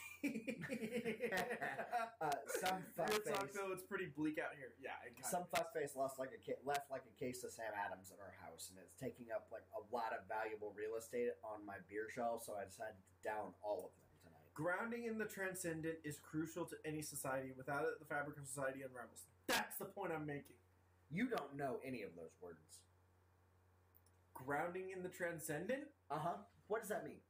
C: uh, some
B: Real talk
C: fuckface
B: though, it's pretty bleak out here. Yeah, it kinda
C: Some
B: is.
C: fuckface lost like a ca- left like a case of Sam Adams at our house, and it's taking up like a lot of valuable real estate on my beer shelf. So I decided to down all of them tonight.
B: Grounding in the transcendent is crucial to any society. Without it, the fabric of society unravels. That's the point I'm making.
C: You don't know any of those words.
B: Grounding in the transcendent?
C: Uh huh. What does that mean?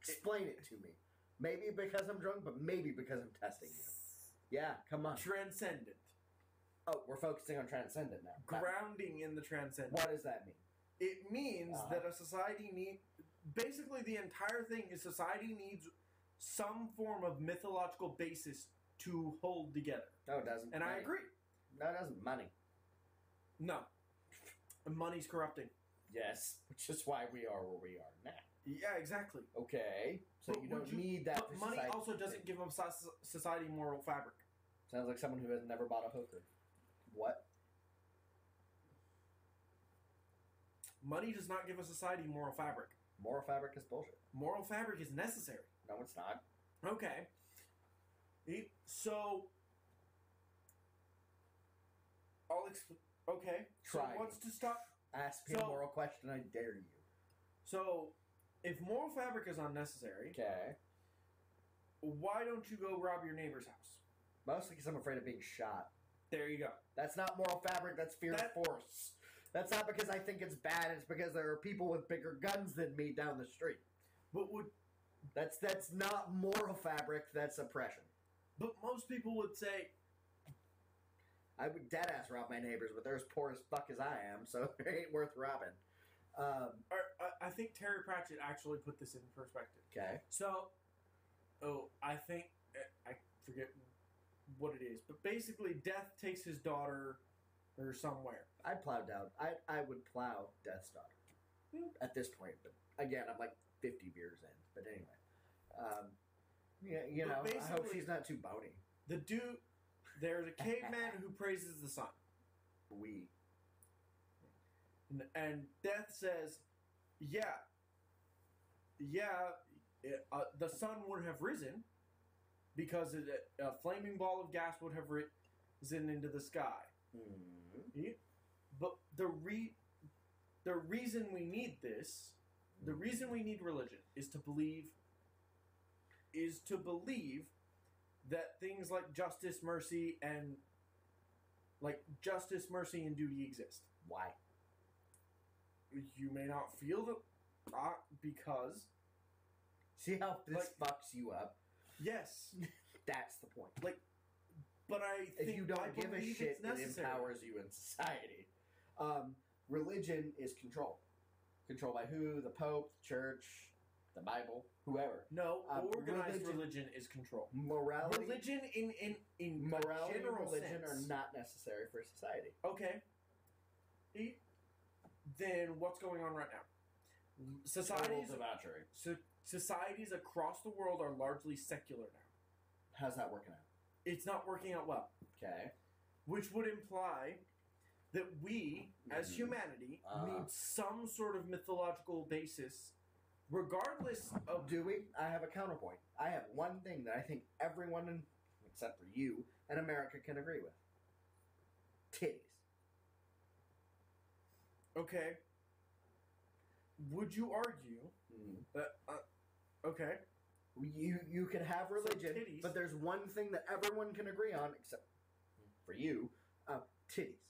C: Explain it to me. Maybe because I'm drunk, but maybe because I'm testing you. Yeah, come on.
B: Transcendent.
C: Oh, we're focusing on transcendent now. Not-
B: Grounding in the transcendent.
C: What does that mean?
B: It means
C: Uh-huh.
B: that a society need basically the entire thing is society needs some form of mythological basis to hold together.
C: No, it doesn't.
B: And I
C: Money.
B: agree.
C: No, it doesn't. Money.
B: No. Money's corrupting.
C: Yes,
D: which is why we are where we are now.
B: Yeah, exactly.
C: Okay. So
B: But
C: you
B: would
C: don't
B: you-
C: need that.
B: But
C: for
B: money
C: society.
B: also doesn't give up so- society moral fabric.
C: Sounds like someone who has never bought a hooker. What?
B: Money does not give a society moral fabric.
C: Moral fabric is bullshit.
B: Moral fabric is necessary.
C: No, it's not.
B: Okay. E- So, I'll explain. Okay.
C: Try.
B: So what's to stop?
C: Ask me a
B: So-
C: moral question, I dare you.
B: So, if moral fabric is unnecessary,
C: Okay.
B: why don't you go rob your neighbor's house?
C: Mostly because I'm afraid of being shot.
B: There you go.
C: That's not moral fabric, that's fear
B: That-
C: of force. That's not because I think it's bad, it's because there are people with bigger guns than me down the street.
B: But would
C: That's that's not moral fabric, that's oppression.
B: but most people would say
C: I would dead ass rob my neighbors, but they're as poor as fuck as I am, so it ain't worth robbing. Um,
B: or, uh, I- I think Terry Pratchett actually put this in perspective.
C: okay.
B: So, oh, I think uh, I forget what it is, but basically, Death takes his daughter or somewhere.
C: I plowed down. I I would plow Death's Daughter at this point, but again, I'm like 50 beers in. But anyway, um, yeah, you know,
B: But
C: I hope
B: basically-
C: she's not too bony.
B: The dude, there's a caveman who praises the sun,
C: We
B: and, and Death says, "Yeah, yeah, it- uh, the sun would have risen because it, a flaming ball of gas would have risen into the sky."
C: hmm,
B: But the re the reason we need this,
C: Mm.
B: the reason we need religion is to believe is to believe that things like justice, mercy and like justice, mercy and duty exist.
C: why
B: you may not feel the uh, because
C: See how this
B: Like-
C: fucks you up?
B: yes,
C: That's the point.
B: but I think
C: If you don't
B: I
C: give a
B: believe
C: shit, it
B: it's necessary.
C: empowers you in society.
D: Um, religion is control. Control by who? The Pope, the Church, the Bible, whoever.
B: No,
D: Uh,
B: organized
D: religion-
B: religion, is control.
C: Morality,
B: Religion in in in a
C: morality, and
B: general
C: religion
B: sense.
C: are not necessary for society.
B: Okay. E- Then what's going on right now? Societies,
D: Total debauchery.
B: so societies across the world are largely secular now.
D: How's that working out?
B: It's not working out well,
D: Okay.
B: which would imply that we, as
C: Mm-hmm.
D: Mhm.
B: humanity,
C: Uh.
D: Uh-huh.
B: need some sort of mythological basis, regardless of.
C: Do we? I have a counterpoint. I have one thing that I think everyone, in, except for you, in America can agree with. Titties.
B: Okay. Would you argue
D: Mhm.
B: that? Uh, okay.
C: You you can have religion,
B: titties.
C: but there's one thing that everyone can agree on, except for you, uh, titties.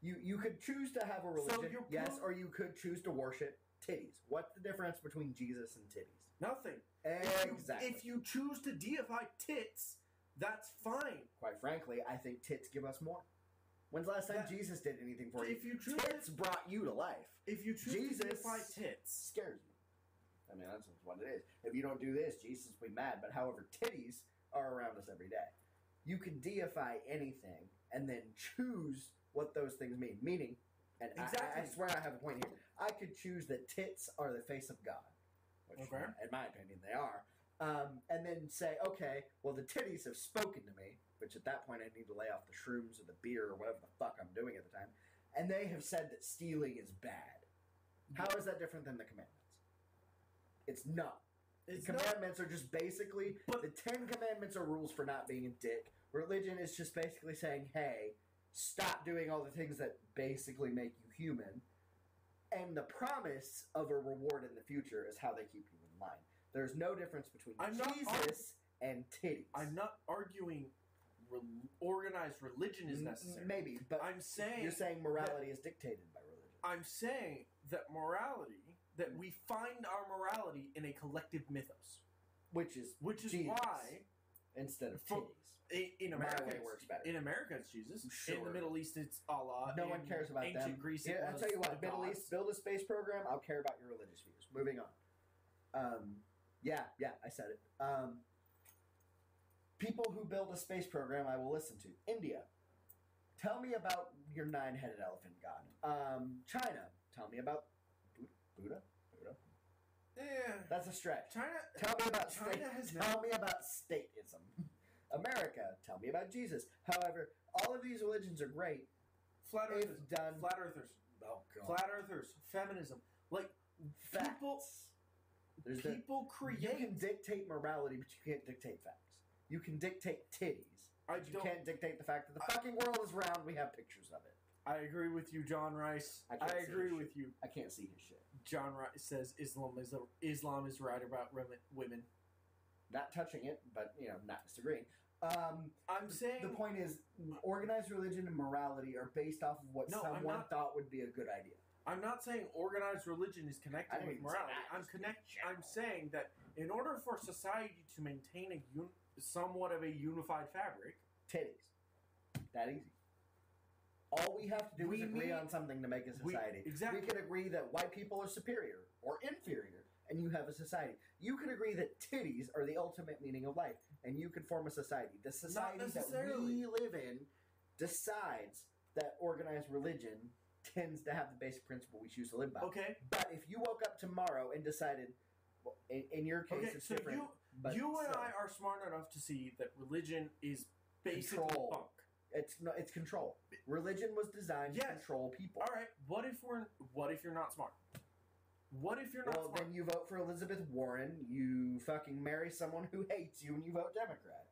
C: You you could choose to have a
B: So
C: religion,
B: you're
C: yes,
B: pro-
C: or you could choose to worship titties. What's the difference between Jesus and titties?
B: Nothing. If you-
C: Exactly.
B: If you choose to deify tits, that's fine.
C: Quite frankly, I think tits give us more. When's the last time
B: That-
C: Jesus did anything for you?
B: If you choose,
C: Tits brought you to life.
B: if you choose
C: Jesus-
B: to deify tits,
C: scares you.
D: I mean, that's what
C: What it is. If you don't do this, Jesus will be mad. But however, titties are around us every day. You can deify anything and then choose what those things mean. Meaning, and I- I- I,
B: Exactly.
C: swear I have a point here. I could choose that tits are the face of God, which,
B: Okay.
C: in my opinion, they are. Um, and then say, okay, well, the titties have spoken to me, which at that point I need to lay off the shrooms or the beer or whatever the fuck I'm doing at the time. And they have said that stealing is bad. How is that different than the commandments? It's not.
B: it's
C: the
B: not.
C: commandments are just basically
B: But-
C: the Ten Commandments are rules for not being a dick. Religion is just basically saying, hey, stop doing all the things that basically make you human. And the promise of a reward in the future is how they keep you in line. There's no difference between
B: I'm not
C: Jesus and titties.
B: I'm not arguing rel organized religion is
C: M-
B: necessary.
C: Maybe, but
B: I'm saying
C: you're saying morality is dictated by religion.
B: I'm saying that morality that we find our morality in a collective mythos,
C: which is
B: which is
C: Jesus.
B: why
C: instead of
B: For-
C: titties.
B: i- in
C: My
B: America
C: way
B: it's-
C: works better.
B: In America, it's Jesus. In
C: Sure.
B: the Middle East, it's Allah.
C: No one
B: In
C: cares about
B: Uh, ancient
C: them.
B: Greece, it
C: Yeah, I'll
B: was
C: tell you
B: the
C: what, Middle
B: gods.
C: East, build a space program. I'll care about your religious views. Moving on. Um, yeah, yeah, I said it. Um, people who build a space program, I will listen to. India, tell me about your nine-headed elephant god. Um, China, tell me about Bu- Buddha. Buddha.
B: Eh,
C: That's a stretch.
B: China.
C: Tell me about
B: China
C: state.
B: has
C: Tell me about stateism. America, tell me about Jesus. However, all of these religions are great
B: Flat Earthers.
C: if done.
B: Flat Earthers.
C: oh God.
B: Flat Earthers. Feminism. Like
C: facts.
B: people.
C: There's the-
B: people
C: you can
B: create.
C: dictate morality, but you can't dictate facts. You can dictate titties.
B: I
C: but you
B: don't.
C: can't dictate the fact that the fucking world is round. We have pictures of it.
B: I agree with you, John Rice.
C: I
B: I,
C: can't see
B: agree
C: shit.
B: with you.
C: I can't see his shit.
B: John Rice says Islam is Islam is right about rem- women.
C: Not touching it, but you know, not disagreeing. Um,
B: I'm saying
C: the point is, organized religion and morality are based off of what
B: No, I'm
C: someone
B: not-
C: thought would be a good idea.
B: I'm not saying organized religion is
C: I
B: connected
C: didn't
B: with
C: even say
B: morality.
C: that.
B: I'm
C: Just in
B: connect.
C: general.
B: I'm saying that in order for society to maintain a un- somewhat of a unified fabric,
C: Titties. That easy. All we have to do is
B: We
C: agree
B: need-
C: on something to make a
B: we-
C: society.
B: exactly.
C: We can agree that white people are superior or inferior, and you have a society. You can agree that titties are the ultimate meaning of life, and you can form a society. The society that we
B: necessarily.
C: live in decides that organized religion tends to have the basic principle we choose to live by.
B: okay,
C: But if you woke up tomorrow and decided, well, in, in your case,
B: okay.
C: it's
B: So
C: different.
B: you,
C: but
B: you and
C: still,
B: I are smart enough to see that religion is basically
C: Control.
B: bunk.
C: it's no, it's control. Religion was designed to
B: Yes.
C: control people.
B: All right. What if we're? What if you're not smart? What if you're not
C: Well,
B: smart?
C: then you vote for Elizabeth Warren. You fucking marry someone who hates you, and you vote Democrat.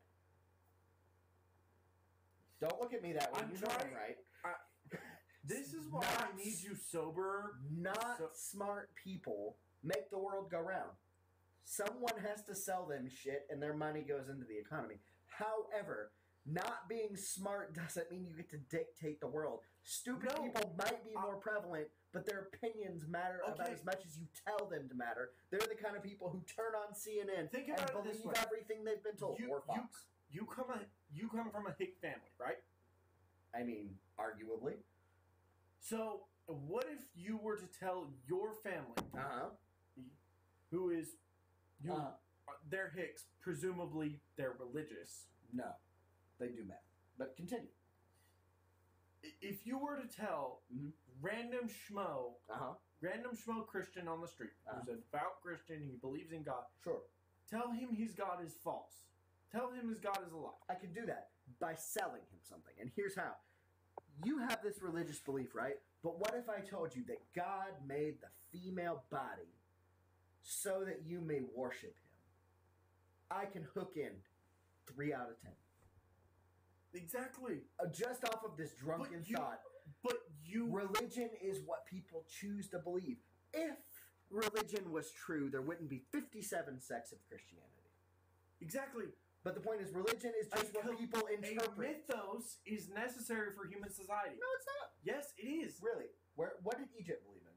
C: Don't look at me that way.
B: I'm
C: you know
B: trying-
C: I'm right.
B: This is why I
C: Nuts.
B: need you sober.
C: Not
B: So-
C: smart people make the world go round. Someone has to sell them shit, and their money goes into the economy. However, Not being smart doesn't mean you get to dictate the world. Stupid
B: No.
C: people might be
B: I-
C: more prevalent, but their opinions matter about
B: Okay.
C: as much as you tell them to matter. They're the kind of people who turn on CNN
B: Think
C: and
B: about it this
C: believe
B: way.
C: everything they've been told.
B: You-
C: or
B: you-
C: Fox.
B: You come a, you come from a hick family, right?
C: I mean, arguably.
B: So what if you were to tell your family,
C: Uh huh.
B: who is you,
C: Uh-huh.
D: Uh,
B: they're hicks, presumably they're religious.
D: no, they do math. But continue.
B: I- If you were to tell
D: Mhm.
B: random schmo,
C: Uh huh.
B: random schmo Christian on the street, who's a devout Christian, he believes in God,
D: Sure.
B: tell him his God is false. Tell him his God is a lie.
C: I can do that by selling him something. And here's how. You have this religious belief, right? But what if I told you that God made the female body so that you may worship him? I can hook in three out of ten.
B: Exactly.
C: Uh, just off of this drunken
B: But you-
C: thought,
B: But you
C: religion is what people choose to believe. If religion was true, there wouldn't be 57 sects of Christianity.
B: exactly
C: But the point is, religion is just
B: A
C: what
B: com-
C: people
B: a
C: interpret.
B: mythos is necessary for human society.
C: No, it's not.
B: Yes, it is.
D: Really? Where? What did Egypt believe in?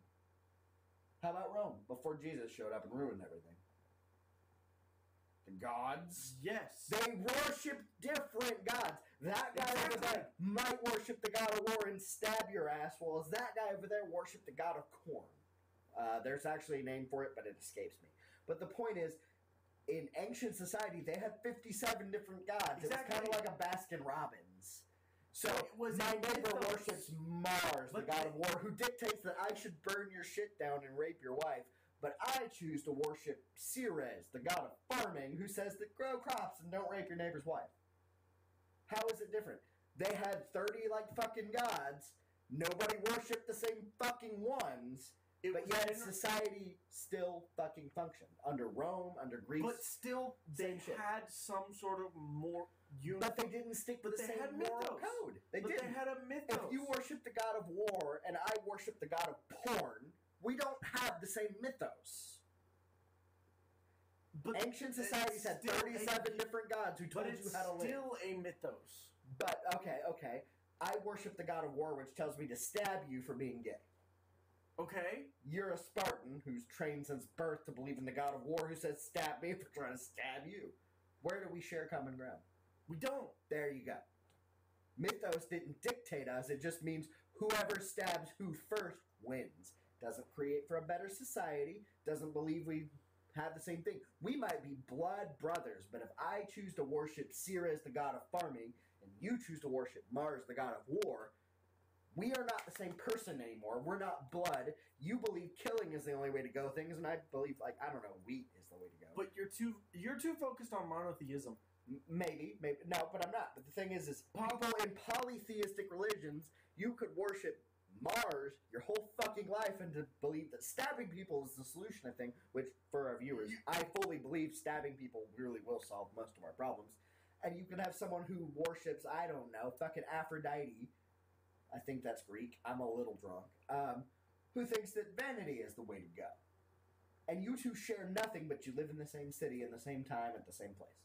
D: How about Rome before Jesus showed up and ruined everything? The gods.
B: Yes.
C: They worship different gods. That guy over there might worship the god of war and stab your ass, whereas that guy over there worshiped the god of corn. Uh, there's actually a name for it, but it escapes me. But the point is, in ancient society, they had 57 different gods. It was kind
B: Exactly.
C: of like a Baskin Robbins. So
B: It was
C: my
B: a
C: neighbor
B: mythos.
C: worships Mars, the
B: But
C: god
B: the-
C: of war, who dictates that I should burn your shit down and rape your wife. But I choose to worship Ceres, the god of farming, who says that grow crops and don't rape your neighbor's wife. How is it different? They had 30 like fucking gods. Nobody worshiped the same fucking ones.
B: It
C: But
B: was
C: yet
B: inter-
C: society still fucking functioned. Under Rome, under Greece.
B: but still they
C: Same shit.
B: had some sort of more unity.
C: But they didn't stick to
B: But
C: the
B: they
C: same
B: had
C: moral
B: mythos.
C: code. They
B: but
C: didn't.
B: they had a
C: if
B: mythos.
C: you worship the god of war and I worship the god of porn, we don't have the same mythos.
B: but
C: Ancient societies had
B: still a-
C: 37 different gods who told
B: but
C: you
B: it's
C: how to live.
B: still a mythos.
C: But okay, okay. I worship the god of war, which tells me to stab you for being gay.
B: Okay?
C: You're a Spartan who's trained since birth to believe in the god of war, who says stab me for trying to stab you. Where do we share common ground?
B: We don't.
C: There you go. Mythos didn't dictate us. It just means whoever stabs who first wins. Doesn't create for a better society. Doesn't believe we have the same thing. We might be blood brothers, but if I choose to worship Ceres, the god of farming, and you choose to worship Mars, the god of war, we are not the same person anymore. We're not blood. You believe killing is the only way to go things, and I believe, like, I don't know, wheat is the way to go.
B: But you're too you're too focused on monotheism.
C: M- Maybe, maybe no, but I'm not. But the thing is, is people in polytheistic religions, you could worship Mars your whole fucking life and to believe that stabbing people is the solution. I think, which for our viewers, I fully believe stabbing people really will solve most of our problems. And you can have someone who worships, I don't know, fucking Aphrodite. I think that's Greek. I'm a little drunk. Um, who thinks that vanity is the way to go? And you two share nothing, but you live in the same city, in the same time, at the same place.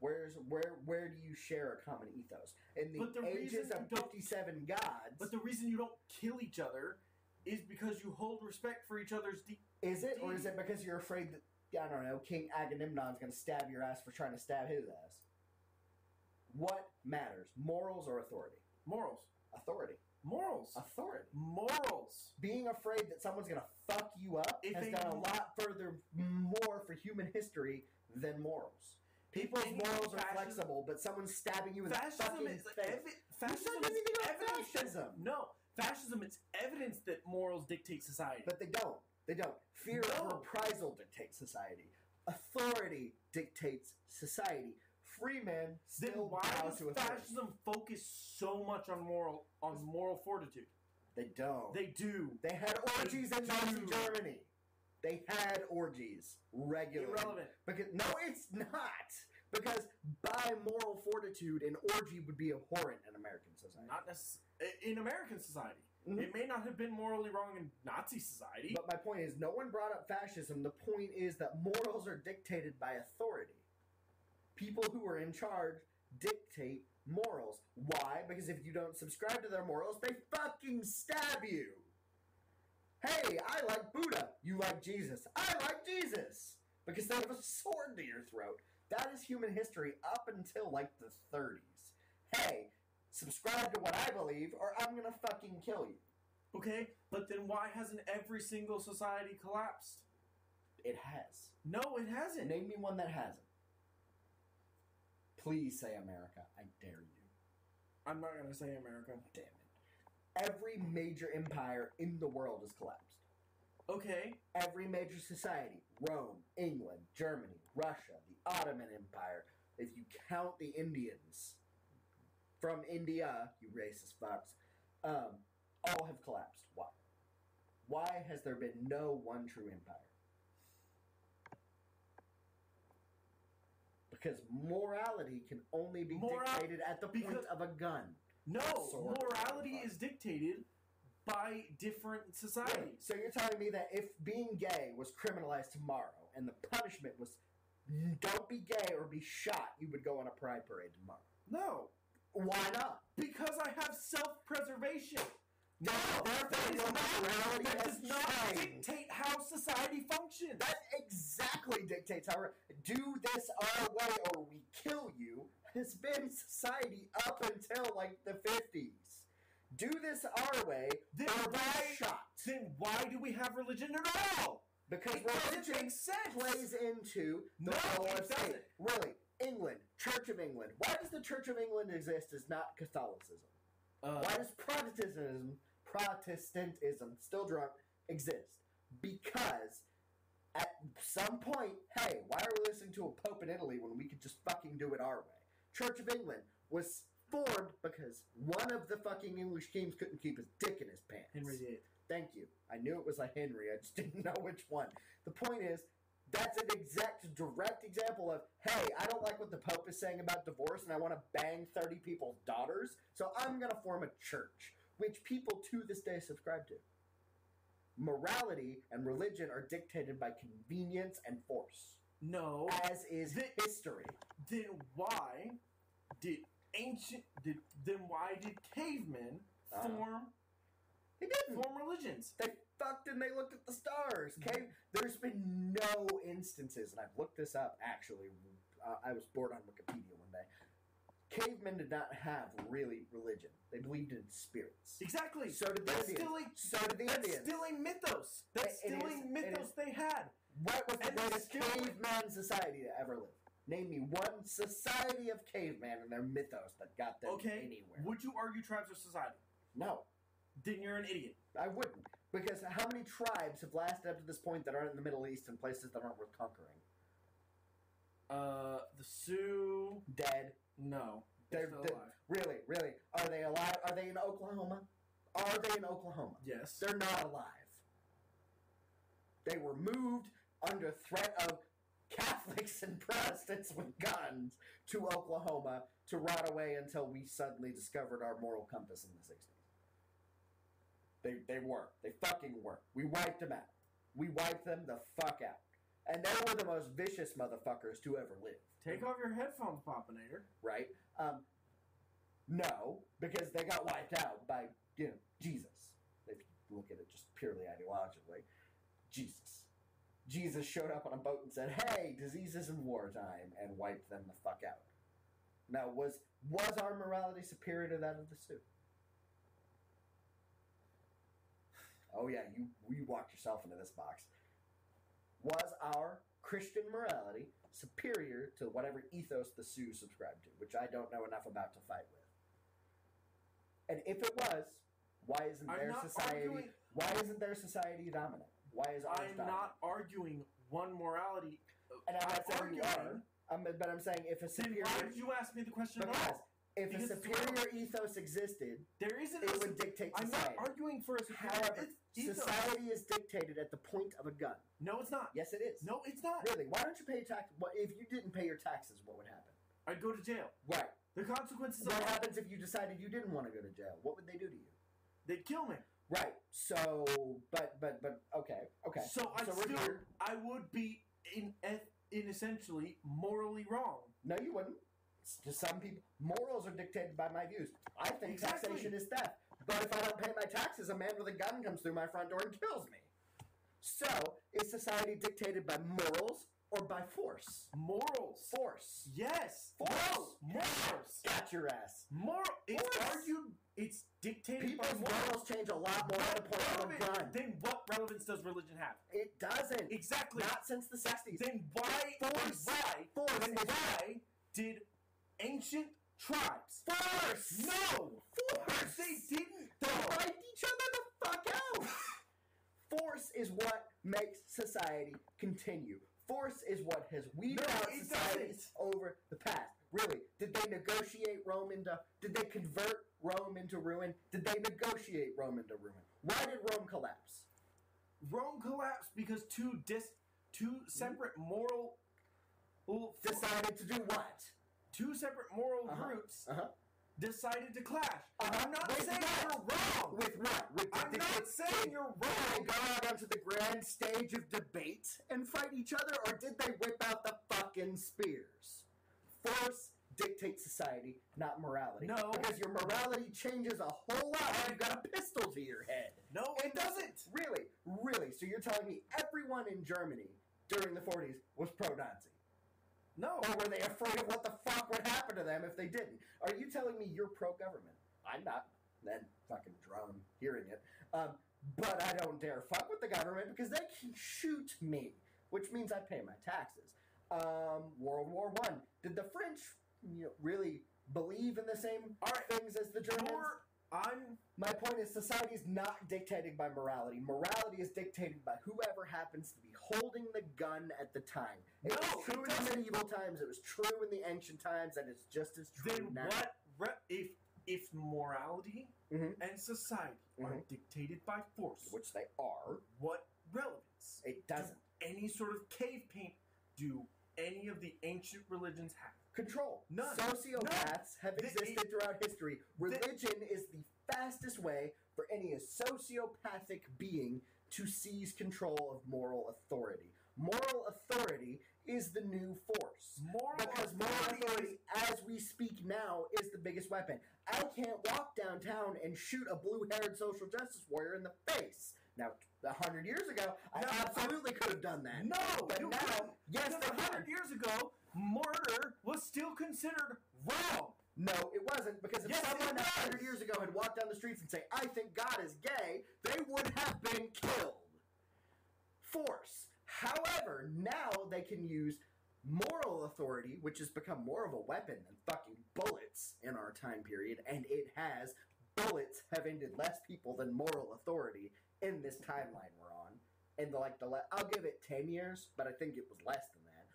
C: Where's where? Where do you share a common ethos? In the,
B: But the
C: ages
B: reason
C: of
B: you don't-
C: fifty-seven gods,
B: But the reason you don't kill each other is because you hold respect for each other's deep
C: is it or is it because you're afraid that I don't know King Agamemnon's going to stab your ass for trying to stab his ass? What matters, morals or authority?
B: morals.
C: Authority,
B: Morals.
C: authority.
B: morals.
C: being afraid that someone's gonna fuck you up
B: If
C: has
B: they-
C: done a lot further more for human history than morals. People's
B: any
C: morals are
B: fascism-
C: flexible, but someone's stabbing you in the
B: Fascism
C: fucking
B: is
C: face.
B: evi-
C: You
B: fascism
C: said
B: is
C: anything about
B: evidence that-
C: fascism.
B: No, fascism it's evidence that morals dictate society.
C: But they don't. They don't. Fear of
B: No.
C: reprisal dictates society. Authority dictates society. Free men
B: then
C: still
B: why
C: bow
B: does
C: to authority.
B: fascism focus so much on moral on moral fortitude?
C: They don't.
B: They do.
C: They had orgies in
B: do.
C: Nazi Germany. They had orgies regularly.
B: Irrelevant.
C: Because no, it's not. Because by moral fortitude, an orgy would be abhorrent in American society.
B: Not necess- in American society.
C: Mhm.
B: It may not have been morally wrong in Nazi society.
C: But my point is, no one brought up fascism. The point is that morals are dictated by authority. People who are in charge dictate morals. Why? Because if you don't subscribe to their morals, they fucking stab you. Hey, I like Buddha. You like Jesus. I like Jesus. Because they have a sword to your throat. That is human history up until like the 30s. Hey, subscribe to what I believe, or I'm gonna fucking kill you.
B: Okay, but then why hasn't every single society collapsed?
C: It has.
B: No, it hasn't.
C: Name me one that hasn't. Please say America. I dare you.
B: I'm not gonna say America.
C: Damn it. Every major empire in the world has collapsed.
B: Okay,
C: Every major society Rome, England, Germany, Russia, the Ottoman Empire. If you count the Indians from India, you racist fucks, um, all have collapsed. Why? Why has there been no one true empire? Because morality can only be
B: Moral-
C: dictated at the point
B: because-
C: of a gun.
B: no,
C: Sword.
B: morality is dictated by different
C: Wait,
B: societies.
C: so you're telling me that if being gay was criminalized tomorrow and the punishment was don't be gay or be shot, you would go on a pride parade tomorrow?
B: No,
C: Why not?
B: because I have self-preservation. No,
C: Therefore,
B: that is
C: your
B: not,
C: morality
B: that
C: has
B: does not
C: changed.
B: dictate how society functions.
C: That exactly dictates our do this our way or we kill you has been society up until like the 50s. Do this our way
B: Then
C: or be
B: why,
C: shot.
B: then why do we have religion at all?
C: Because
B: It doesn't
C: religion
B: make sense.
C: plays into the
B: No,
C: role
B: it
C: of state.
B: doesn't.
C: Really, England, Church of England. Why does the Church of England exist as not Catholicism?
B: Uh,
C: Why does Protestantism, Protestantism, still drunk, exist? Because at some point, hey, why are we listening to a pope in Italy when we could just fucking do it our way? Church of England was formed because one of the fucking English kings couldn't keep his dick in his pants.
B: Henry VIII.
C: Thank you. I knew it was a Henry. I just didn't know which one. The point is, that's an exact, direct example of, hey, I don't like what the Pope is saying about divorce, and I want to bang thirty people's daughters, so I'm going to form a church, which people to this day subscribe to. Morality and religion are dictated by convenience and force,
B: No.
C: as is
B: Thi-
C: history.
B: Then why did ancient? Did, then why did cavemen
C: Uh-huh.
B: form
C: They didn't.
B: form religions?
C: They fucked and they looked at the stars. Okay,
B: Mm-hmm.
C: there's been no instances, and I've looked this up actually. Uh, I was bored on Wikipedia one day. Cavemen did not have really religion. They believed in spirits.
B: Exactly.
C: So did the
B: that's
C: Indians.
B: still a
C: So did the
B: that's
C: Indians.
B: still a mythos. That's
C: It- it
B: still
C: is-
B: a
C: it
B: mythos
C: is.
B: they had.
C: what was the
B: and it's
C: greatest
B: still-
C: caveman society to ever live? Name me one society of caveman and their mythos that got them
B: Okay.
C: anywhere.
B: Would you argue tribes are society?
C: no,
B: Then you're an idiot.
C: I wouldn't. Because how many tribes have lasted up to this point that aren't in the Middle East and places that aren't worth conquering?
B: Uh, the Sioux.
C: Dead.
B: No, they're,
C: They're,
B: still
C: they're-
B: alive.
C: really, really. Are they alive? Are they in Oklahoma? Are they in Oklahoma?
B: Yes.
C: They're not alive. They were moved under threat of Catholics and Protestants with guns to Oklahoma to rot away until we suddenly discovered our moral compass in the 60s. They, they were. They fucking were. We wiped them out. We wiped them the fuck out. And they were the most vicious motherfuckers to ever live
B: Take off your headphones, Popinator.
C: right? Um, no, because they got wiped out by you know Jesus. If you look at it just purely ideologically, Jesus, Jesus showed up on a boat and said, "Hey, diseases in wartime," and wiped them the fuck out. Now, was was our morality superior to that of the Sioux? Oh yeah, you you walked yourself into this box. Was our Christian morality superior to whatever ethos the Sioux subscribed to, which I don't know enough about to fight with? And if it was, why isn't
B: I'm
C: their
B: not
C: society
B: arguing.
C: why isn't their society dominant? Why is ours
B: I'm
C: dominant?
B: not arguing one morality.
C: And I'm not saying you
B: arguing.
C: are. I'm, but I'm saying if a
B: Then
C: superior
B: why did you ask me the question at
C: because
B: all?
C: if a
B: Because it's wrong.
C: superior ethos existed,
B: There isn't.
C: it
B: a-
C: would dictate
B: I'm
C: society.
B: not arguing for a
C: However,
B: superior eth- ethos.
C: society is dictated at the point of a gun.
B: No, it's not.
C: Yes, it is.
B: No, it's not.
C: really. Why don't you pay your tax? What if you didn't pay your taxes? What would happen?
B: I'd go to jail.
C: Right.
B: The consequences of
C: What
B: that,
C: happens if you decided you didn't want to go to jail? What would they do to you?
B: they'd kill me.
C: Right. So, but, but, but, okay, okay.
B: So I
C: So we're
B: still,
C: here.
B: I would be in, eth- in essentially morally wrong.
C: No, you wouldn't. To some people, morals are dictated by my views. I think
B: Exactly.
C: taxation is theft, but if I don't pay my taxes, a man with a gun comes through my front door and kills me. So, is society dictated by morals or by force?
B: Morals.
C: Force.
B: Yes.
C: Force.
B: No. Morals.
C: Got your ass.
B: Moral. It's
C: Force.
B: argued. It's dictated by
C: People's
B: morals.
C: morals change a lot more at the
B: What
C: point of a
B: relevance-
C: gun.
B: Then what relevance does religion have?
C: It doesn't.
B: Exactly.
C: Not since the 60s.
B: Then why? then
C: Force.
B: Why?
C: Force.
B: Then why did ancient tribes?
C: Force.
B: No.
C: Force.
B: They didn't.
C: They
B: though.
C: fight each other the fuck out. Force is what makes society continue. Force is what has weeded
B: No,
C: out
B: it
C: societies over the past. Really, did they negotiate Rome into? Did they convert Rome into ruin? Did they negotiate Rome into ruin? Why did Rome collapse?
B: Rome collapsed because two dis, two separate moral, well,
C: Decided to do what?
B: two separate moral
C: Uh-huh.
B: groups
C: Uh-huh.
B: decided to clash.
C: Uh-huh.
B: I'm not
C: With
B: saying
C: what?
B: you're wrong.
C: With what? With
B: I'm
C: did they-
B: not saying you're
C: Did they
B: wrong.
C: go out onto the grand stage of debate and fight each other, or did they whip out the fucking spears? Force dictates society, not morality.
B: No.
C: Because your morality changes a whole lot when you've got a pistol to your head.
B: No, it doesn't.
C: Really? Really? So you're telling me everyone in Germany during the 40s was pro Nazi?
B: No.
C: Or were they afraid of what the fuck would happen to them if they didn't? Are you telling me you're pro government? I'm not. Then fucking drone hearing it. Um, but I don't dare fuck with the government because they can shoot me, which means I pay my taxes. Um, World War One. Did the French you know, really believe in the same
B: All right.
C: things as the Germans?
B: You're, I'm
C: My point is, society is not dictated by morality. Morality is dictated by whoever happens to be holding the gun at the time. It
B: No,
C: was true
B: it
C: in the
B: doesn't.
C: medieval times. It was true in the ancient times, and it's just as true
B: then
C: now.
B: what re- if if morality
C: Mhm.
B: and society
C: Mm-hmm.
B: are dictated by force?
C: Which they are.
B: What relevance?
C: It doesn't
B: Any sort of cave paint do any of the ancient religions have?
C: control.
B: None. e-
C: Sociopaths have
B: Th-
C: existed
B: it-
C: throughout history. Religion is the fastest way for any sociopathic being to seize control of moral authority. Moral authority is the new force.
B: Moral
C: Because moral
B: authority
C: authority,
B: is-
C: as we speak now, is the biggest weapon. I can't walk downtown and shoot a blue-haired social justice warrior in the face. Now, a hundred years ago, I
B: No,
C: absolutely could have done that.
B: no,
C: but
B: you
C: now,
B: couldn't.
C: yes,
B: Because
C: they
B: a
C: can.
B: hundred years ago, murder was still considered wrong.
C: No, it wasn't because if
B: Yes, it
C: someone a hundred
B: was.
C: years ago had walked down the streets and say, "I think God is gay," they would have been killed. Force. However, now they can use moral authority, which has become more of a weapon than fucking bullets in our time period, and it has. Bullets have ended less people than moral authority in this timeline we're on. In the like the le- I'll give it ten years, but I think it was less than that.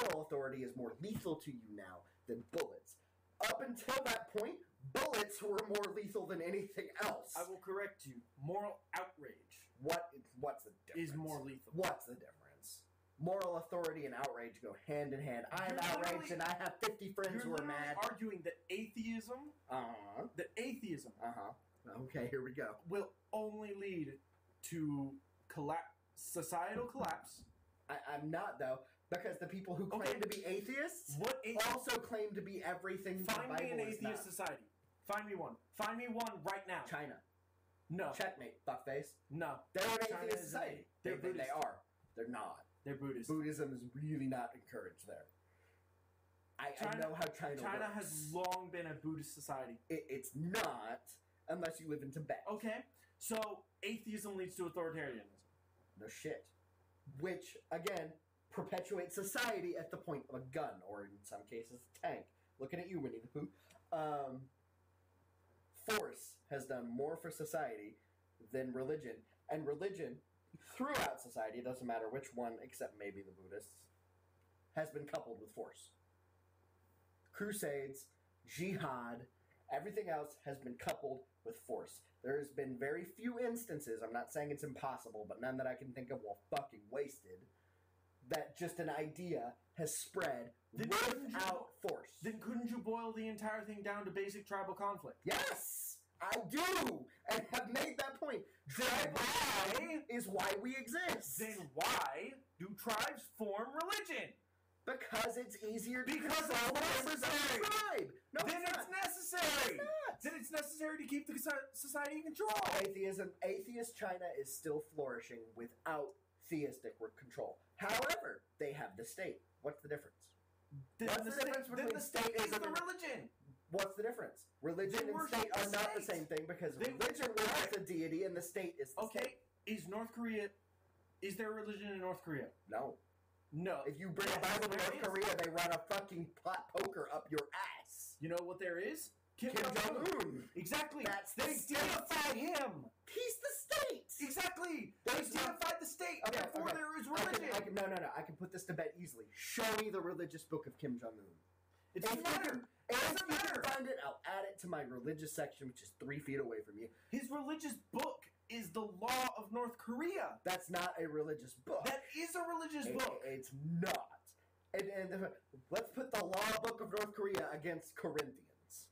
C: Moral authority is more lethal to you now than bullets. Up until that point, bullets were more lethal than anything else.
B: I will correct you. Moral outrage
C: What what's the difference?
B: is more lethal.
C: What's the difference? Moral authority and outrage go hand in hand. I am
B: You're
C: outraged
B: literally-
C: and I have 50
B: You're
C: friends who are
B: literally
C: mad.
B: arguing that atheism,
C: Uh-huh.
B: that atheism
C: Uh-huh. Okay, here we go.
B: will only lead to collapse, societal collapse.
C: I, I'm not, though, because the people who claim
B: Okay.
C: to be atheists
B: What athe-
C: also claim to be everything Oh, the
B: Find
C: Bible
B: me an
C: is
B: atheist
C: not.
B: society. Find me one. Find me one right now.
C: China.
B: No,
C: Checkmate, fuckface.
B: no,
C: They're an
B: China
C: atheist
B: is
C: society.
B: a-
C: They,
B: they're
C: they, they
B: Buddhist.
C: are. They're not.
B: they're Buddhist.
C: Buddhism is really not encouraged there. I, I
B: China-
C: know how China
B: China
C: works.
B: has long been a Buddhist society.
C: It, it's not unless you live in Tibet.
B: Okay, so atheism leads to authoritarianism.
C: No shit. Which, again, perpetuates society at the point of a gun, or in some cases, a tank. Looking at you, Winnie the Pooh. Um, force has done more for society than religion. And religion, throughout society, it doesn't matter which one, except maybe the Buddhists, has been coupled with force. Crusades, jihad, Everything else has been coupled with force. There has been very few instances, I'm not saying it's impossible, but none that I can think of while fucking wasted, that just an idea has spread
B: Did-
C: without force.
B: Then couldn't you boil the entire thing down to basic tribal conflict?
C: yes! I do! And have made that point.
B: Then
C: Tribalism
B: why?
C: is why we exist.
B: Then why do tribes form religion?
C: Because it's easier to
B: Because it's
C: control the
B: necessary.
C: tribe. No,
B: then
C: it's not.
B: it's, necessary. Then it's necessary to keep the soci- society in control.
C: atheism atheist china is still flourishing without theistic re- control however they have the state what's the difference
B: Then
C: What's the
B: state-
C: difference
B: then
C: between
B: the state is
C: statism
B: the
C: and-
B: religion.
C: what's the difference religion
B: They
C: and
B: worship
C: state
B: the
C: are not the
B: state.
C: same thing because
B: They-
C: religion worships the deity and the state is the state.
B: Okay, is North Korea? Is there a religion in North Korea?
C: no
B: No.
C: if you bring
B: Yes,
C: a bible to
B: there
C: north
B: is.
C: korea they run a fucking pot poker up your ass
B: You know what there is? Kim,
C: kim
B: Jong Un.
C: jong-un
B: Exactly.
C: That's the
B: they
C: state.
B: deified him.
C: he's the state
B: Exactly.
C: There's
B: they
C: no-
B: deified the state.
C: Okay,
B: Therefore,
C: okay.
B: there is
C: I
B: religion.
C: can, I can, no, no, no. I can put this to bed easily. Show me the religious book of Kim Jong Un.
B: it doesn't matter.
C: If
B: Doesn't
C: you can
B: matter.
C: find it, I'll add it to my religious section, which is three feet away from you.
B: His religious book is the law of North Korea.
C: That's not a religious book.
B: That is a religious
C: It-
B: book.
C: It's not. And, and the- let's put the law book of North Korea against Corinthians.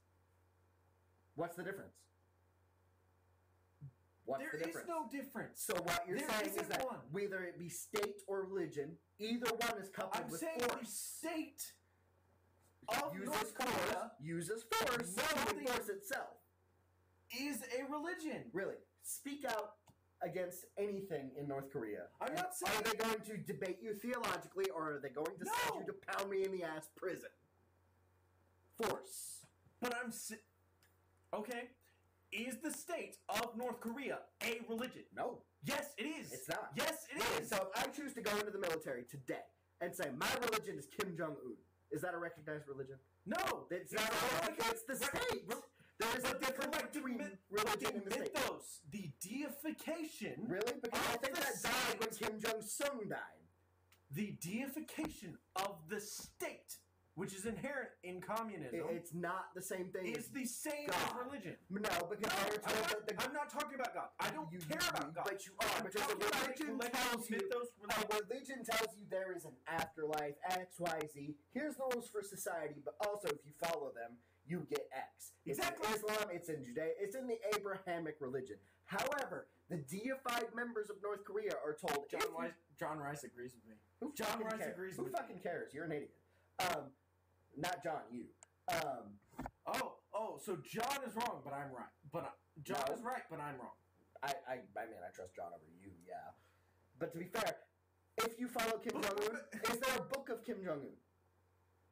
C: What's the difference? What's
B: There
C: the
B: is
C: difference?
B: no difference.
C: so what you're
B: there
C: saying is
B: isn't
C: that
B: one.
C: whether it be state or religion, either one is coupled
B: I'm
C: with
B: saying the
C: force.
B: state of
C: uses
B: North Korea
C: force, uses force,
B: No,
C: to
B: the-
C: enforce itself.
B: is a religion.
C: Really, speak out against anything in North Korea.
B: I'm not saying
C: Are they going to debate you theologically, or are they going to send
B: No.
C: you to pound me in the ass prison? Force.
B: But I'm si- okay. Is the state of North Korea a religion?
C: No,
B: Yes, it is.
C: it's not.
B: Yes, it
C: Right,
B: is.
C: So if I choose to go into the military today and say my religion is Kim Jong Un, is that a recognized religion?
B: No,
C: It's not.
B: not
C: A
B: like
C: religion. It's the
B: re-
C: state.
B: re-
C: There is a
B: but the
C: difference
B: collective
C: between
B: myth-
C: religion
B: the
C: and the state.
B: mythos, the deification,
C: Really? Because I
B: of
C: think
B: the
C: that died when
B: state.
C: Kim Jong Sung died.
B: the deification of the state, which is inherent in
C: It-
B: communism,
C: it's not the same thing.
B: is the same
C: God.
B: as religion.
C: no, because
B: No,
C: they were
B: I'm,
C: told
B: not,
C: that the
B: I'm not talking about God. I don't
C: You-
B: care
C: you-
B: about God.
C: But you are
B: I'm
C: because
B: talking about the
C: religion
B: collective
C: tells you.
B: mythos,
C: uh,
B: religion.
C: religion tells you there is an afterlife, X, Y, Z. Here's the rules for society, but also if you follow them, you get X. It's
B: Exactly.
C: in Islam, it's in Judea, it's in the Abrahamic religion. However, the deified members of North Korea are told. if
B: John
C: you-
B: Rice, John Rice agrees with me.
C: who
B: John
C: fucking
B: Rice
C: cares?
B: agrees
C: Who
B: with
C: fucking
B: me.
C: cares? You're an idiot. Um, not John. You. Um,
B: Oh, oh, so John is wrong, but I'm right. But I, John
C: No.
B: is right, but I'm wrong.
C: I, I, I mean, I trust John over you, yeah. But to be fair, if you follow Kim
B: But-
C: Jong Un,
B: but-
C: is there a book of Kim Jong Un?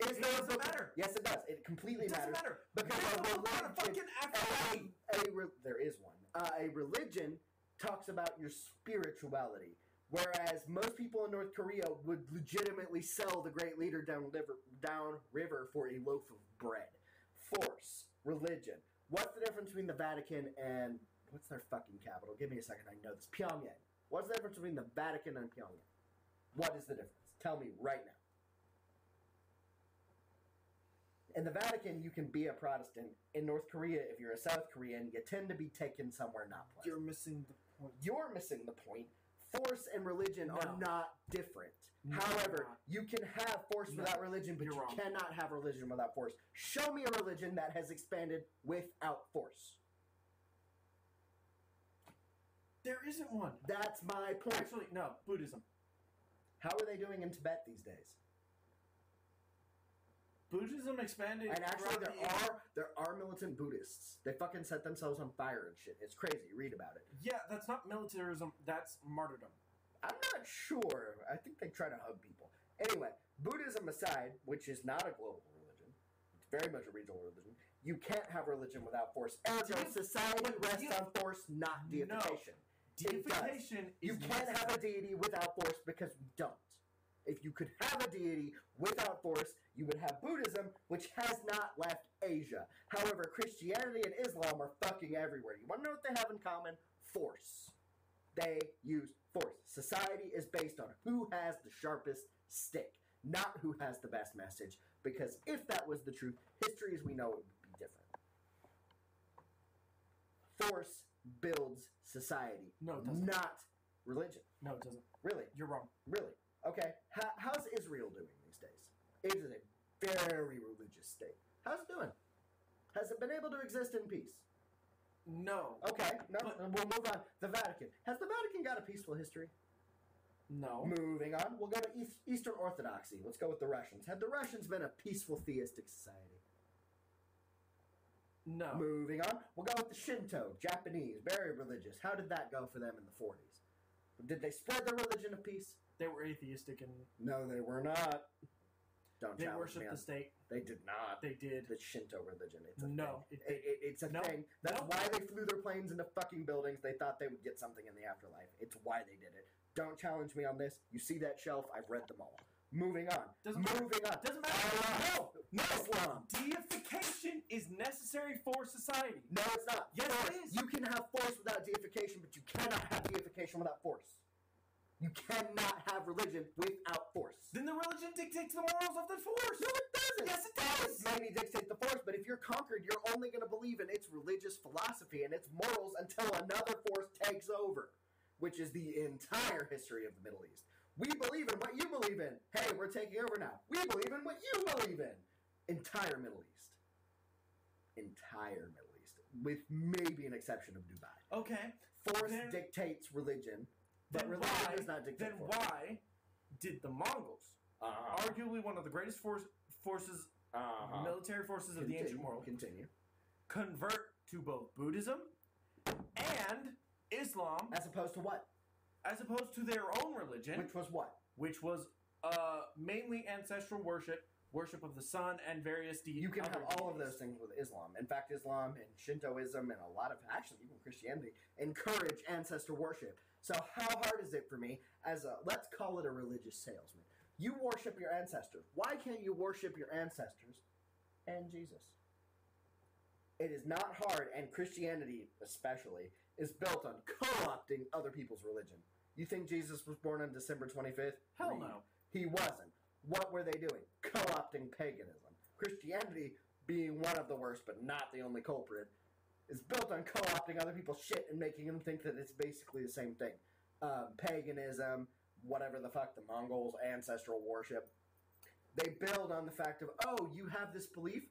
C: Is
B: It
C: there a
B: doesn't
C: book? of-
B: matter.
C: yes, it does. It completely
B: It doesn't
C: matters.
B: matter.
C: Because
B: There's
C: a
B: no kind
C: religion,
B: of fucking
C: a,
B: afterlife.
C: a re, there is one. Uh, a religion talks about your spirituality, whereas most people in North Korea would legitimately sell the great leader down river, down river for a loaf of bread. Force religion. What's the difference between the Vatican and what's their fucking capital? Give me a second. I know this. Pyongyang. What's the difference between the Vatican and Pyongyang? What is the difference? Tell me right now. In the Vatican, you can be a Protestant. In North Korea, if you're a South Korean, you tend to be taken somewhere not
B: You're
C: pleasant.
B: missing the point.
C: You're, missing the point. Force and religion are
B: No.
C: not different.
B: No,
C: However,
B: they're not.
C: you can have force
B: No,
C: without religion, but
B: you're
C: you
B: wrong.
C: cannot have religion without force. Show me a religion that has expanded without force.
B: There isn't one.
C: That's my point.
B: Actually, no, Buddhism.
C: How are they doing in Tibet these days?
B: Buddhism expanded.
C: And actually,
B: throughout
C: there
B: the-
C: are there are militant Buddhists. They fucking set themselves on fire and shit. It's crazy. Read about it.
B: Yeah, that's not militarism. That's martyrdom.
C: I'm not sure. I think they try to hug people. Anyway, Buddhism aside, which is not a global religion, it's very much a regional religion. You can't have religion without force. Ergo,
B: Deif-
C: society
B: but
C: rests
B: deif-
C: on force, not
B: No.
C: deification. It does.
B: Deification is
C: You can't have a deity without force because we don't. If you could have a deity without force, you would have Buddhism, which has not left Asia. However, Christianity and Islam are fucking everywhere. You want to know what they have in common? Force. They use force. Society is based on who has the sharpest stick, not who has the best message. Because if that was the truth, history as we know it would be different. Force builds society,
B: No, it doesn't.
C: not religion.
B: No, it doesn't.
C: Really,
B: You're wrong.
C: really. Okay, how, how's Israel doing these days? It is a very religious state. How's it doing? Has it been able to exist in peace?
B: No.
C: Okay, no,
B: But-
C: Oh. we'll move on. The Vatican. Has the Vatican got a peaceful history?
B: No.
C: Moving on, we'll go to East- Eastern Orthodoxy. Let's go with the Russians. Had the Russians been a peaceful theistic society?
B: No.
C: Moving on, we'll go with the Shinto, Japanese, very religious. How did that go for them in the 40s? Did they spread their religion of peace?
B: They were atheistic and
C: No, they were not. Don't
B: they
C: Oh, challenge
B: worshipped
C: me on-
B: the state.
C: They did not.
B: They did.
C: The Shinto religion. It's a
B: No.
C: thing.
B: It,
C: It, it, it's a
B: No.
C: thing. That's
B: No.
C: why they flew their planes into fucking buildings. They thought they would get something in the afterlife. It's why they did it. Don't challenge me on this. You see that shelf? I've read them all. Moving on.
B: Doesn't matter.
C: Moving on.
B: doesn't matter. No.
C: Oh, No, Islam.
B: Deification is necessary for society.
C: No, it's not.
B: Yes, it
C: Force.
B: is.
C: You can have force without deification, but you cannot have deification without force. You cannot have religion without force.
B: Then the religion dictates the morals of the force.
C: No, it doesn't.
B: Yes, it does.
C: Maybe dictate the force, but if you're conquered, you're only going to believe in its religious philosophy and its morals until another force takes over, which is the entire history of the Middle East. We believe in what you believe in. Hey, we're taking over now. We believe in what you believe in. Entire Middle East. Entire Middle East, with maybe an exception of Dubai.
B: Okay.
C: Force
B: Then-
C: dictates religion, but
B: Then
C: religion
B: why?
C: does not dictate
B: Then
C: force.
B: why did the Mongols,
C: Uh-huh.
B: arguably one of the greatest force, forces,
C: Uh-huh.
B: military forces of the ancient
C: Continue,
B: world,
C: Continue.
B: convert to both Buddhism and Islam,
C: As opposed to what?
B: as opposed to their own religion,
C: Which was what?
B: which was uh, mainly ancestral worship, worship of the sun, and various de-
C: You can
B: other
C: have all of
B: deities.
C: those things with Islam. In fact, Islam and Shintoism and a lot of actually even Christianity encourage ancestor worship. So how hard is it for me as a let's call it a religious salesman? You worship your ancestors. Why can't you worship your ancestors and Jesus? It is not hard, and Christianity especially is built on co-opting other people's religion. You think Jesus was born on December twenty fifth?
B: Hell no.
C: He wasn't. What were they doing? Co opting paganism. Christianity, being one of the worst but not the only culprit, is built on co opting other people's shit and making them think that it's basically the same thing. Um, paganism, whatever the fuck, the Mongols, ancestral worship. They build on the fact of, oh, you have this belief?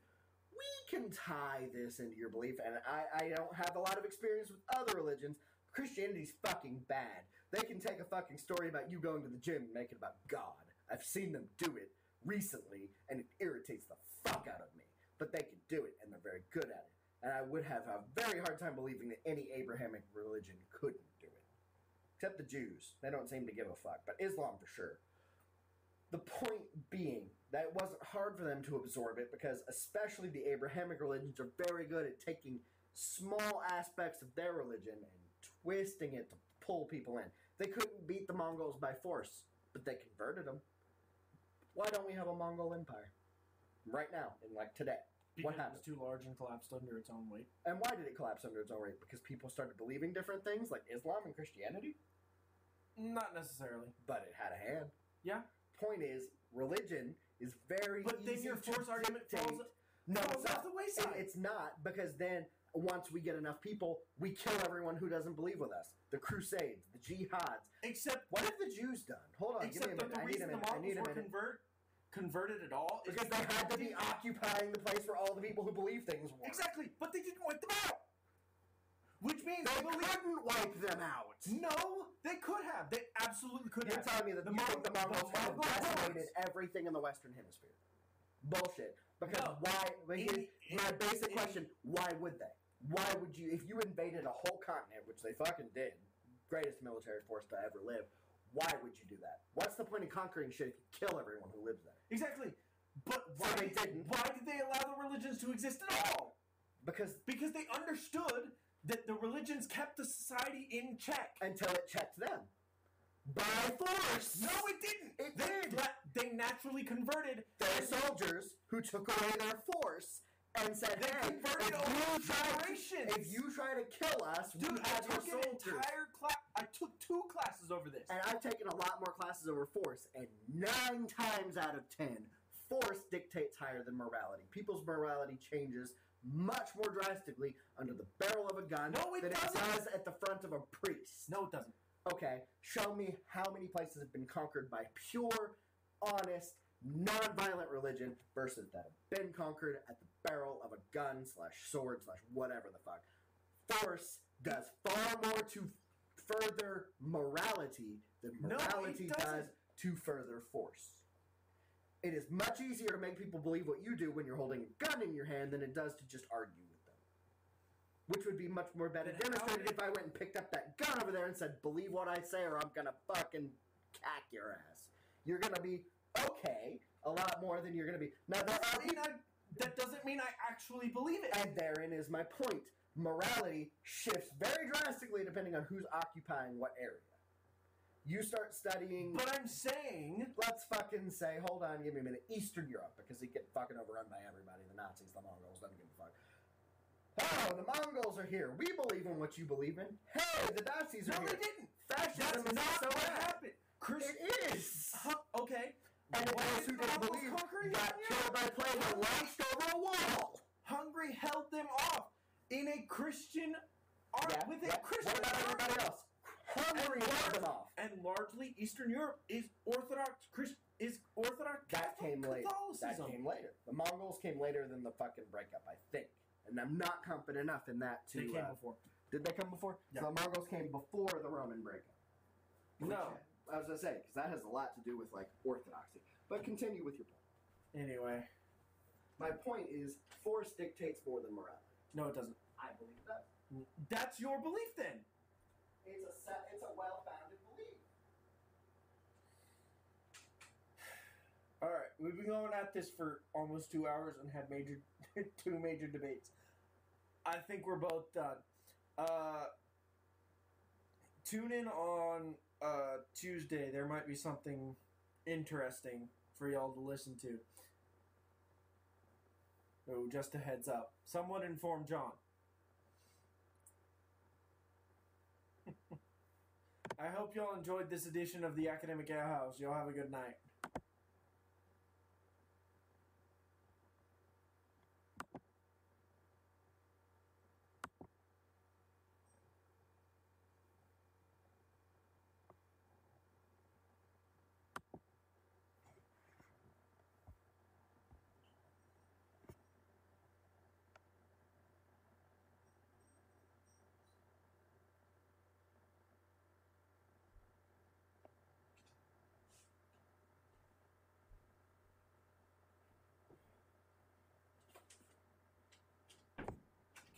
C: We can tie this into your belief, and I, I don't have a lot of experience with other religions. Christianity's fucking bad. They can take a fucking story about you going to the gym and make it about God. I've seen them do it recently, and it irritates the fuck out of me. But they can do it, and they're very good at it. And I would have a very hard time believing that any Abrahamic religion couldn't do it. Except the Jews. They don't seem to give a fuck, but Islam for sure. The point being that it wasn't hard for them to absorb it because, especially the Abrahamic religions, are very good at taking small aspects of their religion and twisting it to pull people in. They couldn't beat the Mongols by force, but they converted them. Why don't we have a Mongol empire right now and like today?
B: because it
C: happened?
B: was too large and collapsed under its own weight.
C: And why did it collapse under its own rate? Because people started believing different things like Islam and Christianity,
B: Not necessarily.
C: but it had a hand.
B: Yeah.
C: Point is, religion is very.
B: But then
C: easy
B: your
C: to
B: force argument
C: dictate.
B: falls,
C: No,
B: falls
C: it's
B: off
C: not.
B: the
C: It-
B: wayside.
C: it's not because then once we get enough people, we kill everyone who doesn't believe with us. The Crusades, the Jihads.
B: Except
C: What have the Jews done? Hold on, give me a
B: except
C: minute.
B: that the
C: I need a
B: reason the
C: minute. I
B: Mongols
C: need a
B: were
C: minute.
B: convert converted at all is
C: Because they had to be occupying the place where all the people who believe things were.
B: Exactly, but they didn't wipe them out. Which means
C: They
B: they believe
C: couldn't wipe them out.
B: no, they could have. They absolutely could
C: You're
B: have.
C: telling me that
B: The
C: you think the
B: Mongol-
C: Mongols
B: the
C: have
B: Mongol
C: decimated
B: hordes.
C: everything in the Western Hemisphere? Bullshit. Because
B: No.
C: why? because
B: In- in-
C: my basic
B: in-
C: question: Why would they? Why would you? If you invaded a whole continent, which they fucking did, greatest military force to ever live. Why would you do that? What's the point of conquering shit if you kill everyone who lives there?
B: Exactly. But
C: So
B: why
C: they
B: did,
C: didn't.
B: why did they allow the religions to exist at all?
C: Because
B: Because they understood that the religions kept the society in check.
C: until it checked them by force.
B: No, it didn't.
C: It
B: they,
C: did.
B: let- they naturally converted.
C: their soldiers who took away their force and said,
B: They
C: "Hey,
B: converted
C: if
B: over
C: you try to
B: generations."
C: If you try to kill us, we
B: Dude, I
C: have your
B: took an
C: soldiers.
B: entire class. I took two classes over this.
C: and I've taken a lot more classes over force, and nine times out of ten, force dictates higher than morality. People's morality changes much more drastically under the barrel of a gun
B: No, it
C: than
B: doesn't.
C: it does at the front of a priest.
B: No, it doesn't.
C: Okay, show me how many places have been conquered by pure, honest, non-violent religion versus that have been conquered at the barrel of a gun slash sword slash whatever the fuck. Force does far more to further morality than
B: No, it
C: morality does
B: doesn't.
C: to further force. It is much easier to make people believe what you do when you're holding a gun in your hand than it does to just argue with them. Which would be much more better
B: Then how
C: demonstrated
B: did-
C: if I went and picked up that gun over there and said, Believe what I say or I'm gonna fucking cack your ass. You're gonna be okay a lot more than you're gonna be. Now, there
B: That
C: are
B: doesn't mean I- that doesn't mean I actually believe it.
C: and therein is my point. Morality shifts very drastically depending on who's occupying what area. You start studying,
B: But I'm saying
C: let's fucking say, hold on, give me a minute, Eastern Europe, because they get fucking overrun by everybody the Nazis, the Mongols, doesn't give a fuck. Oh, the Mongols are here. We believe in what you believe in. Hey, the Nazis are
B: no, they
C: here.
B: didn't.
C: Fascism
B: That's
C: is
B: not
C: so
B: what
C: bad.
B: happened. Chris,
C: It is.
B: huh, okay.
C: And it
B: Why
C: was who
B: did the
C: didn't
B: Mongols
C: believe
B: conquer
C: Got
B: Ethiopia?
C: killed by plane that launched over a wall.
B: Hungary held them off in a Christian ar-
C: Yeah,
B: with a
C: yeah.
B: Christian
C: What about
B: army.
C: everybody else? Hungary held them off.
B: and largely Eastern Europe is Orthodox Christ is Orthodox
C: That
B: Catholic
C: came later.
B: Catholicism.
C: That came later. The Mongols came later than the fucking breakup, I think. And I'm not confident enough in that to.
B: they came
C: uh,
B: before.
C: did they come before?
B: Yeah.
C: So the Mongols came before the Roman breakup.
B: No.
C: I was gonna say because that has a lot to do with like orthodoxy. But continue with your point.
B: Anyway,
C: My point is force dictates more than morality.
B: no, it doesn't.
C: I believe that.
B: That's your belief then.
C: It's a set, it's a well-founded belief.
B: All right, we've been going at this for almost two hours and had major two major debates. I think we're both done. Uh, tune in on uh, Tuesday. There might be something interesting for y'all to listen to. Oh, just a heads up. Someone inform John. I hope y'all enjoyed this edition of the Academic Ale House. Y'all have a good night.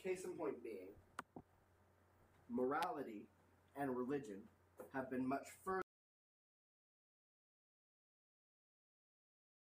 C: Case in point being, morality and religion have been much further.